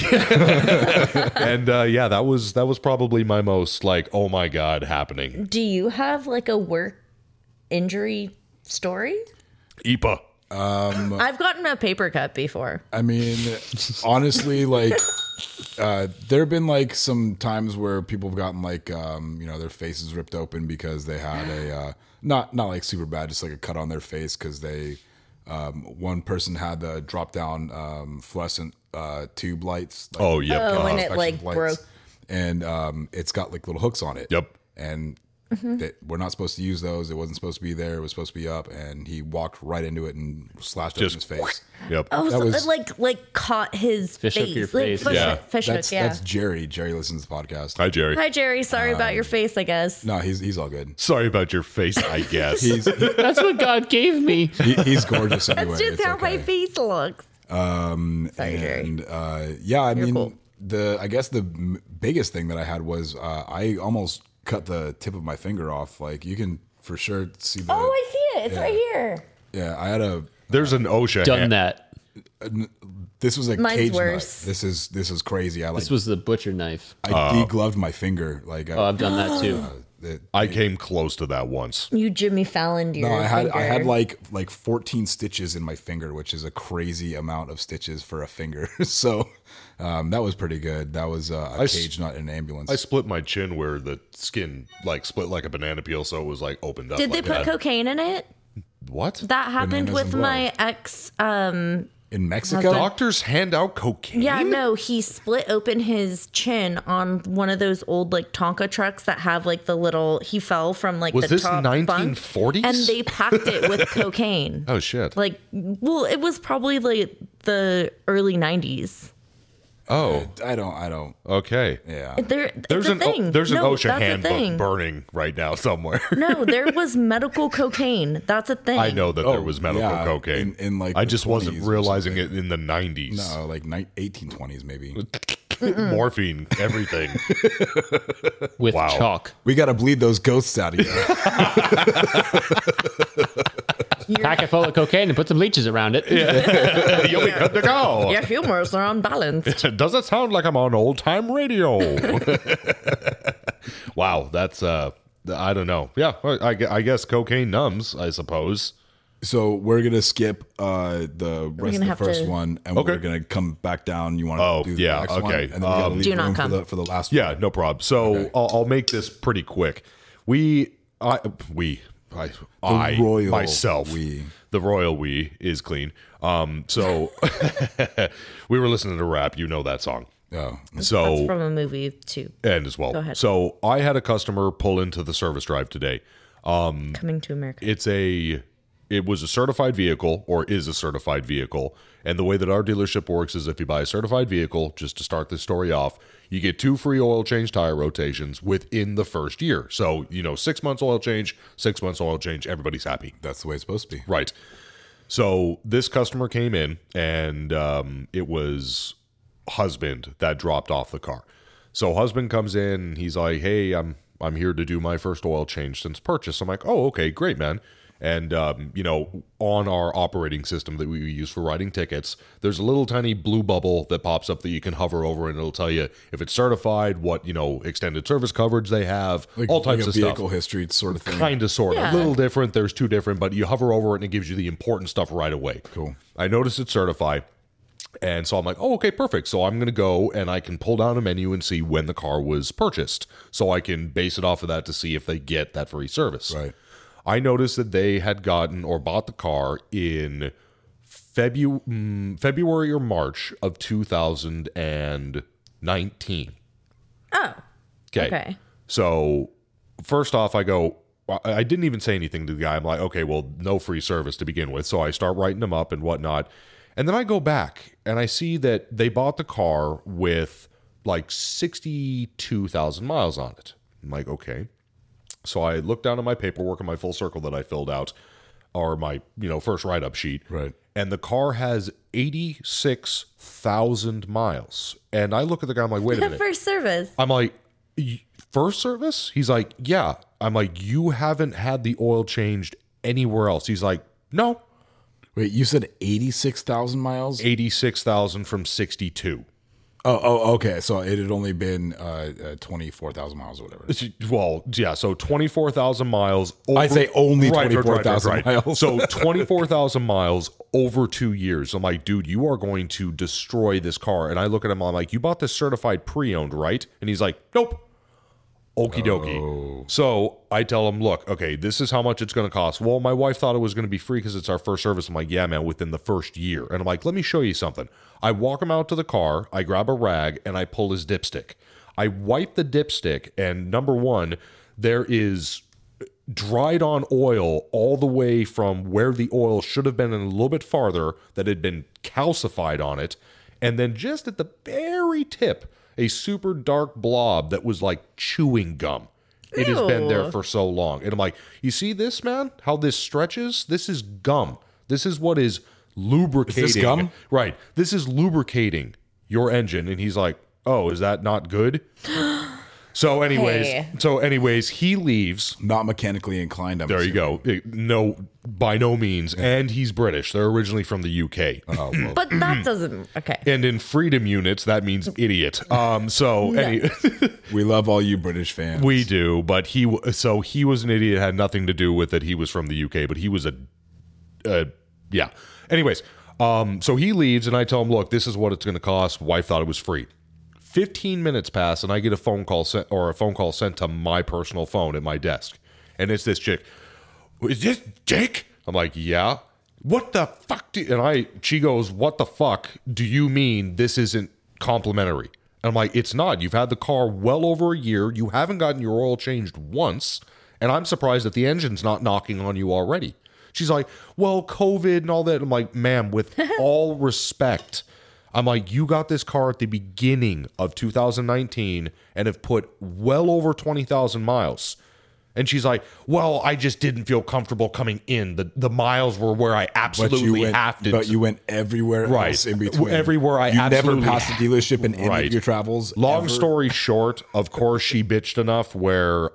[SPEAKER 6] and uh, yeah, that was that was probably my most like, "Oh my god," happening.
[SPEAKER 5] Do you have like a work injury story?
[SPEAKER 6] Ipa.
[SPEAKER 5] I've gotten a paper cut before.
[SPEAKER 4] I mean, honestly, like uh, there have been like some times where people have gotten like um, you know their faces ripped open because they had a uh, not not like super bad, just like a cut on their face because they um, one person had the drop down um, fluorescent uh, tube lights. Like,
[SPEAKER 6] Oh, yep.
[SPEAKER 5] Oh,
[SPEAKER 6] uh-huh.
[SPEAKER 5] and it like
[SPEAKER 4] reflection lights,
[SPEAKER 5] broke.
[SPEAKER 4] and um, it's got like little hooks on it.
[SPEAKER 6] Yep.
[SPEAKER 4] and.
[SPEAKER 5] Mm-hmm.
[SPEAKER 4] That we're not supposed to use those. It wasn't supposed to be there. It was supposed to be up, and he walked right into it and slashed open his
[SPEAKER 6] Just-
[SPEAKER 4] face.
[SPEAKER 6] Yep.
[SPEAKER 5] Oh, so
[SPEAKER 4] was-
[SPEAKER 5] it like like caught his
[SPEAKER 2] Fish hook
[SPEAKER 5] face.
[SPEAKER 2] your
[SPEAKER 5] like,
[SPEAKER 2] face,
[SPEAKER 5] Fish,
[SPEAKER 6] yeah.
[SPEAKER 5] hook- fish
[SPEAKER 4] That's
[SPEAKER 5] hook, yeah.
[SPEAKER 4] that's Jerry. Jerry listens to the podcast.
[SPEAKER 6] Hi, Jerry.
[SPEAKER 5] Hi Jerry, sorry about your face. I guess.
[SPEAKER 4] Um, No, he's he's all good.
[SPEAKER 6] Sorry about your face, I guess.
[SPEAKER 4] He's he,
[SPEAKER 2] That's what God gave me.
[SPEAKER 4] he- he's gorgeous anyway.
[SPEAKER 5] That's just
[SPEAKER 4] It's
[SPEAKER 5] how my
[SPEAKER 4] okay.
[SPEAKER 5] face looks.
[SPEAKER 4] Um,
[SPEAKER 5] Sorry, Jerry.
[SPEAKER 4] and uh, yeah, I mean
[SPEAKER 5] cool.
[SPEAKER 4] the I guess the m- biggest thing that I had was uh, I almost cut the tip of my finger off. Like you can for sure see the.
[SPEAKER 5] Oh, I see it. It's right here.
[SPEAKER 4] yeah, I had a.
[SPEAKER 6] There's an OSHA.
[SPEAKER 2] Done
[SPEAKER 6] hand-
[SPEAKER 2] that.
[SPEAKER 4] This was a
[SPEAKER 5] Mine's
[SPEAKER 4] cage
[SPEAKER 5] worse.
[SPEAKER 4] knife. This is this is crazy. I like
[SPEAKER 2] This was uh, the butcher knife.
[SPEAKER 4] I degloved my finger. Like I,
[SPEAKER 2] Oh, I've done that too.
[SPEAKER 4] it-
[SPEAKER 6] I came close to that once.
[SPEAKER 5] You Jimmy Fallon.
[SPEAKER 4] No, I had I had
[SPEAKER 5] finger.
[SPEAKER 4] like like 14 stitches in my finger, which is a crazy amount of stitches for a finger. so um, that was pretty good. That was uh, a
[SPEAKER 6] s-
[SPEAKER 4] cage, not an ambulance.
[SPEAKER 6] I split my chin where the skin like split like a banana peel, so it was like opened up.
[SPEAKER 5] Did they
[SPEAKER 6] like
[SPEAKER 5] put
[SPEAKER 6] that.
[SPEAKER 5] cocaine in it?
[SPEAKER 6] What?
[SPEAKER 5] That happened
[SPEAKER 4] Bananas
[SPEAKER 5] with
[SPEAKER 4] and
[SPEAKER 5] my ex. Um,
[SPEAKER 4] in Mexico,
[SPEAKER 6] Doctors hand out cocaine.
[SPEAKER 5] yeah, no, he split open his chin on one of those old like Tonka trucks that have like the little. He fell from like
[SPEAKER 6] Was
[SPEAKER 5] the
[SPEAKER 6] this
[SPEAKER 5] top bunk,
[SPEAKER 6] 1940s?
[SPEAKER 5] and they packed it with cocaine.
[SPEAKER 6] Oh shit.
[SPEAKER 5] Like, well, it was probably like the early '90s.
[SPEAKER 6] oh,
[SPEAKER 4] I don't, I don't.
[SPEAKER 6] okay.
[SPEAKER 4] Yeah,
[SPEAKER 5] There,
[SPEAKER 6] There's
[SPEAKER 5] it's
[SPEAKER 6] an
[SPEAKER 5] a
[SPEAKER 6] o-
[SPEAKER 5] thing.
[SPEAKER 6] there's an
[SPEAKER 5] no,
[SPEAKER 6] OSHA
[SPEAKER 5] that's a
[SPEAKER 6] handbook
[SPEAKER 5] thing.
[SPEAKER 6] burning right now somewhere.
[SPEAKER 5] No, there was medical cocaine. That's a thing.
[SPEAKER 6] I know that there was medical
[SPEAKER 4] Oh, yeah,
[SPEAKER 6] cocaine.
[SPEAKER 4] in- in, like,
[SPEAKER 6] I
[SPEAKER 4] the
[SPEAKER 6] just wasn't
[SPEAKER 4] 20s or
[SPEAKER 6] realizing it in the 90s.
[SPEAKER 4] no, like ni- 1820s maybe.
[SPEAKER 6] Morphine, everything.
[SPEAKER 2] with
[SPEAKER 6] Wow.
[SPEAKER 2] chalk.
[SPEAKER 4] We got to bleed those ghosts out of here.
[SPEAKER 2] packet full of cocaine and put some leeches around it. Yeah.
[SPEAKER 6] You'll be good to go.
[SPEAKER 5] Your humors are unbalanced.
[SPEAKER 6] Does it sound like I'm on old time radio? wow, that's uh, I don't know. Yeah, I, gu- I guess cocaine numbs, I suppose.
[SPEAKER 4] So we're gonna skip uh, the rest of
[SPEAKER 5] gonna
[SPEAKER 4] the
[SPEAKER 5] have
[SPEAKER 4] first
[SPEAKER 5] to-
[SPEAKER 4] one, and
[SPEAKER 6] Okay.
[SPEAKER 4] we're gonna come back down. You want to
[SPEAKER 6] Oh,
[SPEAKER 4] do the
[SPEAKER 6] yeah,
[SPEAKER 4] next one,
[SPEAKER 6] okay.
[SPEAKER 4] and then we gotta
[SPEAKER 6] Um,
[SPEAKER 4] leave
[SPEAKER 5] Do
[SPEAKER 4] room
[SPEAKER 5] not come.
[SPEAKER 4] for the for the last.
[SPEAKER 6] Yeah, no problem. So I'll, I'll make this pretty quick. We, I, we, I, I
[SPEAKER 4] royal
[SPEAKER 6] myself,
[SPEAKER 4] we.
[SPEAKER 6] the royal we is clean. Um, so we were listening to rap. You know that song.
[SPEAKER 4] Oh,
[SPEAKER 6] So
[SPEAKER 5] That's from a movie too.
[SPEAKER 6] and as well.
[SPEAKER 5] ahead.
[SPEAKER 6] So I had a customer pull into the service drive today. Um,
[SPEAKER 5] Coming to America.
[SPEAKER 6] It's a it was a certified vehicle or is a certified vehicle. And the way that our dealership works is if you buy a certified vehicle, just to start this story off, you get two free oil change tire rotations within the first year. So, you know, six months oil change, six months oil change, everybody's happy.
[SPEAKER 4] that's the way it's supposed to be.
[SPEAKER 6] Right. So this customer came in, and um, it was husband that dropped off the car. So husband comes in, and he's like, "Hey, I'm I'm here to do my first oil change since purchase." I'm like, "Oh, okay, great, man." And um, you know, on our operating system that we use for writing tickets, there's a little tiny blue bubble that pops up that you can hover over, and it'll tell you if it's certified, what you know, extended service coverage they have, all types
[SPEAKER 4] like a
[SPEAKER 6] of
[SPEAKER 4] vehicle
[SPEAKER 6] stuff
[SPEAKER 4] history sort of thing.
[SPEAKER 6] kind of sort of a Mm-hmm. little different there's two different but you hover over it and it gives you the important stuff right away cool i noticed it certified and so i'm like oh okay perfect so i'm going to go and i can pull down a menu and see when the car was purchased so i can base it off of that to see if they get that free service
[SPEAKER 4] Right.
[SPEAKER 6] i noticed that they had gotten or bought the car in Febu- mm, february or march of 2019 Okay.
[SPEAKER 5] Okay.
[SPEAKER 6] So first off, I go. I- I didn't even say anything to the guy. I'm like, okay, well, no free service to begin with. So I start writing them up and whatnot, and then I go back and I see that they bought the car with like sixty-two thousand miles on it. I'm like, okay. So I look down at my paperwork and my full circle that I filled out, or my you know first write-up sheet,
[SPEAKER 4] Right.
[SPEAKER 6] and the car has eighty-six thousand miles. And I look at the guy. I'm like, wait a minute.
[SPEAKER 5] First service.
[SPEAKER 6] I'm like, "Y- first service? He's like, yeah. I'm like, you haven't had the oil changed anywhere else. He's like, no,
[SPEAKER 4] Wait, you said eighty-six thousand miles?
[SPEAKER 6] 86,000 from 62.
[SPEAKER 4] Oh, oh, okay. So it had only been uh, uh, twenty-four thousand miles or whatever.
[SPEAKER 6] Well, yeah, so 24,000 miles. Over,
[SPEAKER 4] I say only
[SPEAKER 6] Right, right, right,
[SPEAKER 4] 24,000
[SPEAKER 6] right, right.
[SPEAKER 4] miles.
[SPEAKER 6] so 24,000 miles over two years. I'm like, dude, you are going to destroy this car. And I look at him, I'm like, you bought this certified pre owned, right? And he's like, nope. Okie dokie. So I tell him, look, okay, this is how much it's going to cost. Well, my wife thought it was going to be free because it's our first service. I'm like, yeah, man, within the first year. And I'm like, let me show you something. I walk him out to the car, I grab a rag, and I pull his dipstick. I wipe the dipstick, and number one, there is dried on oil all the way from where the oil should have been and a little bit farther that had been calcified on it. And then just at the very tip, a super dark blob that was like chewing gum. It has been there for so long. And I'm like, you see this, man? How this stretches? This is gum. This is what is lubricating.
[SPEAKER 4] gum?
[SPEAKER 6] Right. This is lubricating your engine. And he's like, oh, is that not good? So, anyways,
[SPEAKER 5] Hey.
[SPEAKER 6] so, anyways, he leaves.
[SPEAKER 4] Not mechanically inclined. I'm
[SPEAKER 6] There you go. It- no, by no means. And he's British. They're originally from the UK.
[SPEAKER 5] But that doesn't. Okay.
[SPEAKER 6] and in freedom units, that means idiot. Um, so any,
[SPEAKER 4] We love all you British fans.
[SPEAKER 6] we do, but he w- so he was an idiot. Had nothing to do with it. He was from the UK, but he was a, uh, yeah. Anyways, um, so he leaves, and I tell him, look, this is what it's going to cost. Wife thought it was free. 15 minutes pass and I get a phone call sent or a phone call sent to my personal phone at my desk. And it's this chick. Is this Jake? I'm like, yeah. What the fuck do and I she goes, What the fuck do you mean this isn't complimentary? And I'm like, it's not. You've had the car well over a year. You haven't gotten your oil changed once. And I'm surprised that the engine's not knocking on you already. She's like, well, COVID and all that. I'm like, ma'am, with all respect, I'm like, you got this car at the beginning of 2019 and have put well over 20,000 miles. And she's like, well, I just didn't feel comfortable coming in. The the miles were where I
[SPEAKER 4] But
[SPEAKER 6] absolutely
[SPEAKER 4] you went,
[SPEAKER 6] have to.
[SPEAKER 4] But you went everywhere
[SPEAKER 6] Right.
[SPEAKER 4] else in between.
[SPEAKER 6] Everywhere I
[SPEAKER 4] you
[SPEAKER 6] absolutely-
[SPEAKER 4] never passed a dealership in any
[SPEAKER 6] Right.
[SPEAKER 4] of your travels.
[SPEAKER 6] Long
[SPEAKER 4] ever.
[SPEAKER 6] story short, of course, she bitched enough where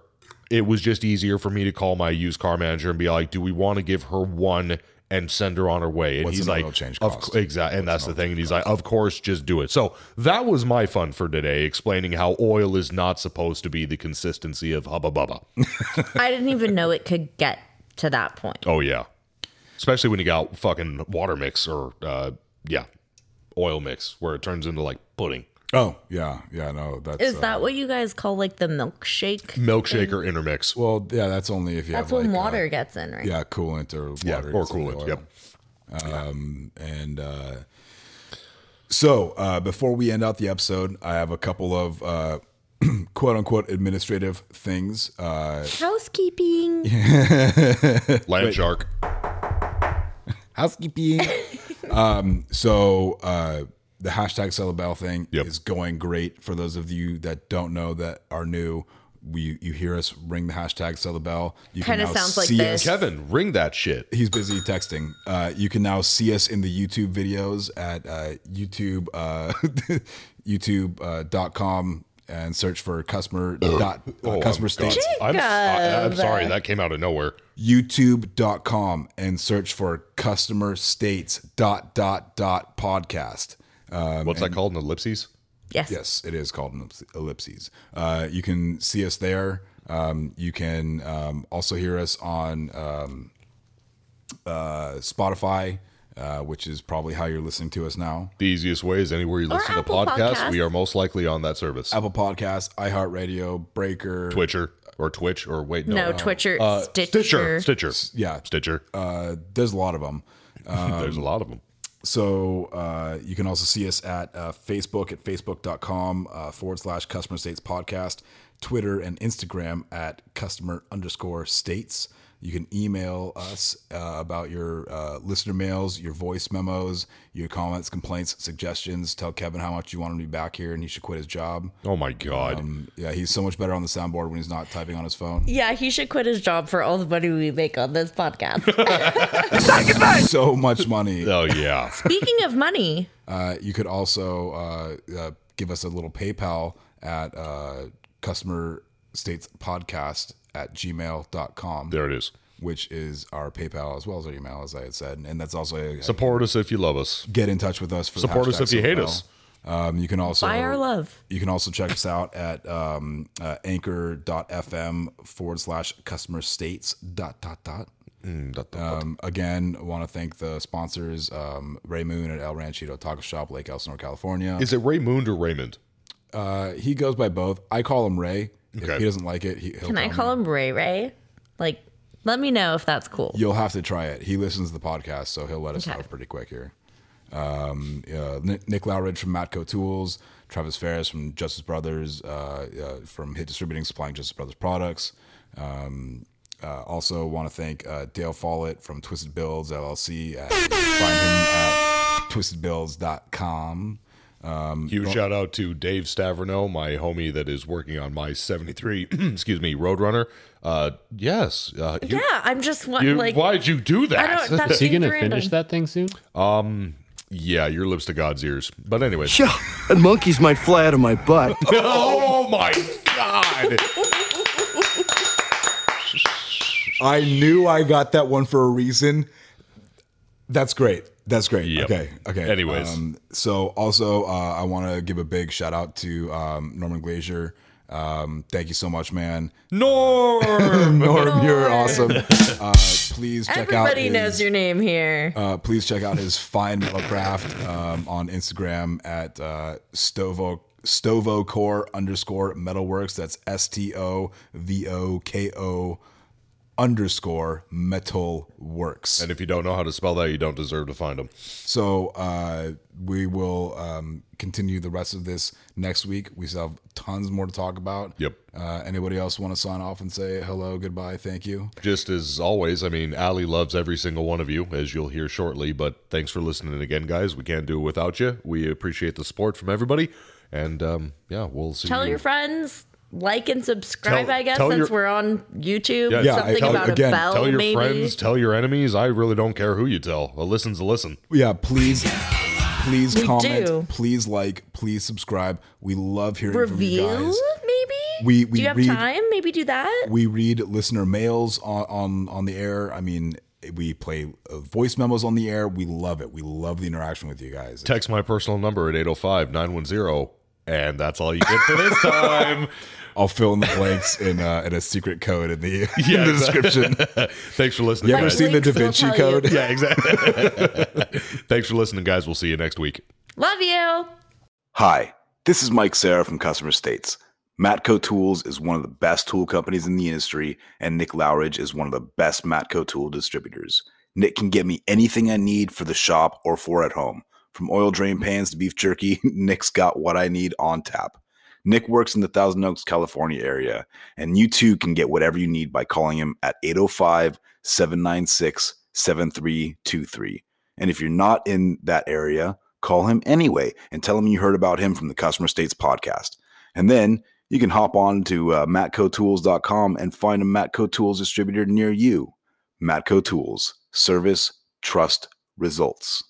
[SPEAKER 6] it was just easier for me to call my used car manager and be like, "Do we want to give her one and send her on her way?" And
[SPEAKER 4] What's
[SPEAKER 6] he's
[SPEAKER 4] an
[SPEAKER 6] like,
[SPEAKER 4] oil change
[SPEAKER 6] "Of
[SPEAKER 4] cost?
[SPEAKER 6] cou- exactly." And that's the thing. And he's like, "Of course, just do it." So that was my fun for today, explaining how oil is not supposed to be the consistency of hubba bubba.
[SPEAKER 5] I didn't even know it could get to that point.
[SPEAKER 6] oh yeah, especially when you got fucking water mix or uh, yeah, oil mix where it turns into like pudding.
[SPEAKER 4] Oh yeah, yeah. No, that's
[SPEAKER 5] Is
[SPEAKER 4] uh,
[SPEAKER 5] that what you guys call like the milkshake?
[SPEAKER 6] Milkshake or intermix.
[SPEAKER 4] well, yeah. That's only if you
[SPEAKER 5] That's
[SPEAKER 4] have
[SPEAKER 5] when
[SPEAKER 4] like, uh,
[SPEAKER 5] water gets in, right?
[SPEAKER 4] yeah, coolant or water
[SPEAKER 6] Yeah, or
[SPEAKER 4] gets in the
[SPEAKER 6] coolant.
[SPEAKER 4] oil.
[SPEAKER 6] Yep.
[SPEAKER 4] and uh, so uh, before we end out the episode, I have a couple of uh, quote unquote administrative things. Uh,
[SPEAKER 5] Housekeeping.
[SPEAKER 6] Land shark.
[SPEAKER 4] Housekeeping. um, so uh, the hashtag Celebel thing
[SPEAKER 6] Yep.
[SPEAKER 4] is going great. For those of you that don't know that are new, we you hear us ring the hashtag Celebel. You can
[SPEAKER 5] Kinda
[SPEAKER 4] now
[SPEAKER 5] sounds like
[SPEAKER 4] see
[SPEAKER 5] this.
[SPEAKER 4] us-
[SPEAKER 6] Kevin, ring that shit.
[SPEAKER 4] he's busy texting. Uh, you can now see us in the YouTube videos at uh, YouTube uh, YouTube.com and search for customer dot uh,
[SPEAKER 6] Oh,
[SPEAKER 4] customer
[SPEAKER 6] I'm-
[SPEAKER 4] states
[SPEAKER 6] I'm, I, am sorry, that came out of nowhere.
[SPEAKER 4] YouTube.com and search for customer states dot dot dot podcast.
[SPEAKER 6] What's that called? An ellipses?
[SPEAKER 5] Yes.
[SPEAKER 4] Yes, it is called an ellipses. Uh, you can see us there. Um, you can um, also hear us on um, uh, Spotify, uh, which is probably how you're listening to us now.
[SPEAKER 6] The easiest way is anywhere you listen to
[SPEAKER 5] Apple
[SPEAKER 6] podcasts.
[SPEAKER 5] Podcasts.
[SPEAKER 6] We are most likely on that service.
[SPEAKER 4] Apple Podcasts, iHeartRadio, Breaker,
[SPEAKER 6] Twitcher or Twitch or wait, no.
[SPEAKER 5] No, Twitcher, Stitcher.
[SPEAKER 6] Stitcher. Stitcher.
[SPEAKER 4] Yeah, Um,
[SPEAKER 6] Stitcher.
[SPEAKER 4] uh, there's a lot of them.
[SPEAKER 6] There's a lot of them.
[SPEAKER 4] So uh, you can also see us at uh, Facebook at facebook.com uh, forward slash customer states podcast, Twitter and Instagram at customer underscore states. You can email us uh, about your uh, listener mails, your voice memos, your comments, complaints, suggestions. Tell Kevin how much you want him to be back here and he should quit his job.
[SPEAKER 6] Oh my God.
[SPEAKER 4] Yeah, he's so much better on the soundboard when he's not typing on his phone.
[SPEAKER 5] Yeah, he should quit his job for all the money we make on this podcast.
[SPEAKER 4] So much money.
[SPEAKER 6] oh yeah.
[SPEAKER 5] Speaking of money,
[SPEAKER 4] Uh, you could also uh, uh, give us a little PayPal at uh, customer states podcast at gmail.com,
[SPEAKER 6] there it is.
[SPEAKER 4] which is our PayPal as well as our email, as I had said. And that's also a,
[SPEAKER 6] Support us if you love us.
[SPEAKER 4] get in touch with us for the
[SPEAKER 6] Support us
[SPEAKER 4] hashtag
[SPEAKER 6] if you hate
[SPEAKER 4] Celebel.
[SPEAKER 6] us.
[SPEAKER 4] Um, you can also
[SPEAKER 5] buy our love.
[SPEAKER 4] You can also check us out at um, uh, anchor.fm forward slash customer states dot dot dot.
[SPEAKER 6] Mm,
[SPEAKER 4] Um, again, want to thank the sponsors um, Ray Moon at El Ranchito Taco Shop, Lake Elsinore, California.
[SPEAKER 6] Is it Raymond or Raymond?
[SPEAKER 4] He goes by both. I call him Ray.
[SPEAKER 6] Okay.
[SPEAKER 4] If he doesn't like it, he, he'll
[SPEAKER 5] Can I call him Ray Ray? Like, let me know if that's cool.
[SPEAKER 4] You'll have to try it. He listens to the podcast, so he'll let us
[SPEAKER 5] Okay.
[SPEAKER 4] know pretty quick here. Um, uh, Ni- Nick Lowridge from Matco Tools, Travis Ferris from Justice Brothers, uh, uh, from Hit Distributing, supplying Justice Brothers products. Um, uh, also, want to thank uh, Dale Follett from Twisted Builds LLC. At, find him at twistedbuilds.com.
[SPEAKER 6] Huge shout out to Dave Staverno, my homie that is working on my 73, excuse me, Roadrunner. Uh, yes. Uh, you-
[SPEAKER 5] yeah, I'm just wa-
[SPEAKER 6] you-
[SPEAKER 5] like,
[SPEAKER 6] why'd you do that? Um,
[SPEAKER 5] I don't. That
[SPEAKER 2] Is he
[SPEAKER 5] seemed
[SPEAKER 2] gonna
[SPEAKER 5] random.
[SPEAKER 2] finish that thing soon?
[SPEAKER 6] Yeah, your lips to God's ears. But anyway.
[SPEAKER 10] Yeah, and monkeys might fly out of my butt.
[SPEAKER 6] oh my God.
[SPEAKER 4] I knew I got that one for a reason. That's great. That's great.
[SPEAKER 6] Yep.
[SPEAKER 4] Okay. Okay.
[SPEAKER 6] Anyways.
[SPEAKER 4] um, so also, uh, I want to give a big shout out to um, Norman Glazier. Um, thank you so much, man.
[SPEAKER 6] Norm.
[SPEAKER 4] Norm, you're awesome. Uh, please check out.
[SPEAKER 5] Everybody
[SPEAKER 4] his-
[SPEAKER 5] knows your name here.
[SPEAKER 4] uh, please check out his fine metal craft um, on Instagram at uh, Stovo Stovocore underscore metalworks. That's S T O V O K O underscore metal works.
[SPEAKER 6] and if you don't know how to spell that, you don't deserve to find them.
[SPEAKER 4] So uh, we will um, continue the rest of this next week. We still have tons more to talk about.
[SPEAKER 6] Yep.
[SPEAKER 4] Uh, anybody else want to sign off and say hello, goodbye, thank you?
[SPEAKER 6] Just as always, I mean, Allie loves every single one of you, as you'll hear shortly. But thanks for listening again, guys. We can't do it without you. We appreciate the support from everybody. And um, yeah, we'll see
[SPEAKER 5] Tell
[SPEAKER 6] you.
[SPEAKER 5] your friends, like and subscribe.
[SPEAKER 6] Tell-
[SPEAKER 5] I guess
[SPEAKER 6] tell
[SPEAKER 5] since
[SPEAKER 6] your-
[SPEAKER 5] we're on YouTube,
[SPEAKER 6] Yeah, yeah,
[SPEAKER 5] something
[SPEAKER 6] tell-
[SPEAKER 5] about
[SPEAKER 4] again,
[SPEAKER 5] a bell.
[SPEAKER 6] tell your
[SPEAKER 5] maybe.
[SPEAKER 6] friends, tell your enemies. I really don't care who you tell. A listen's a listen.
[SPEAKER 4] Yeah, please, please
[SPEAKER 5] We
[SPEAKER 4] comment,
[SPEAKER 5] do.
[SPEAKER 4] please like, please subscribe. We love hearing from you
[SPEAKER 5] Review
[SPEAKER 4] guys.
[SPEAKER 5] maybe.
[SPEAKER 4] We we
[SPEAKER 5] do you have
[SPEAKER 4] read,
[SPEAKER 5] time? Maybe do that.
[SPEAKER 4] We read listener mails on, on on the air. I mean, we play uh, voice memos on the air. We love it. We love the interaction with you guys.
[SPEAKER 6] Text my personal number at 805 910, and that's all you get for this time.
[SPEAKER 4] I'll fill in the blanks in uh, in a secret code in the, in the description.
[SPEAKER 6] Thanks for listening.
[SPEAKER 4] You ever
[SPEAKER 6] guys.
[SPEAKER 4] seen the Da Vinci Code?
[SPEAKER 6] Yeah, exactly. Thanks for listening, guys. We'll see you next week.
[SPEAKER 5] Love you.
[SPEAKER 1] Hi, this is Mike Sarah from Customer States. Matco Tools is one of the best tool companies in the industry, and Nick Lowridge is one of the best Matco tool distributors. Nick can get me anything I need for the shop or for at home. From oil drain pans to beef jerky, Nick's got what I need on tap. Nick works in the Thousand Oaks, California area, and you too can get whatever you need by calling him at 805 796 7323. And if you're not in that area, call him anyway and tell him you heard about him from the Customer States podcast. And then you can hop on to uh, matcotools.com and find a Matco Tools distributor near you. Matco Tools, service, trust, results.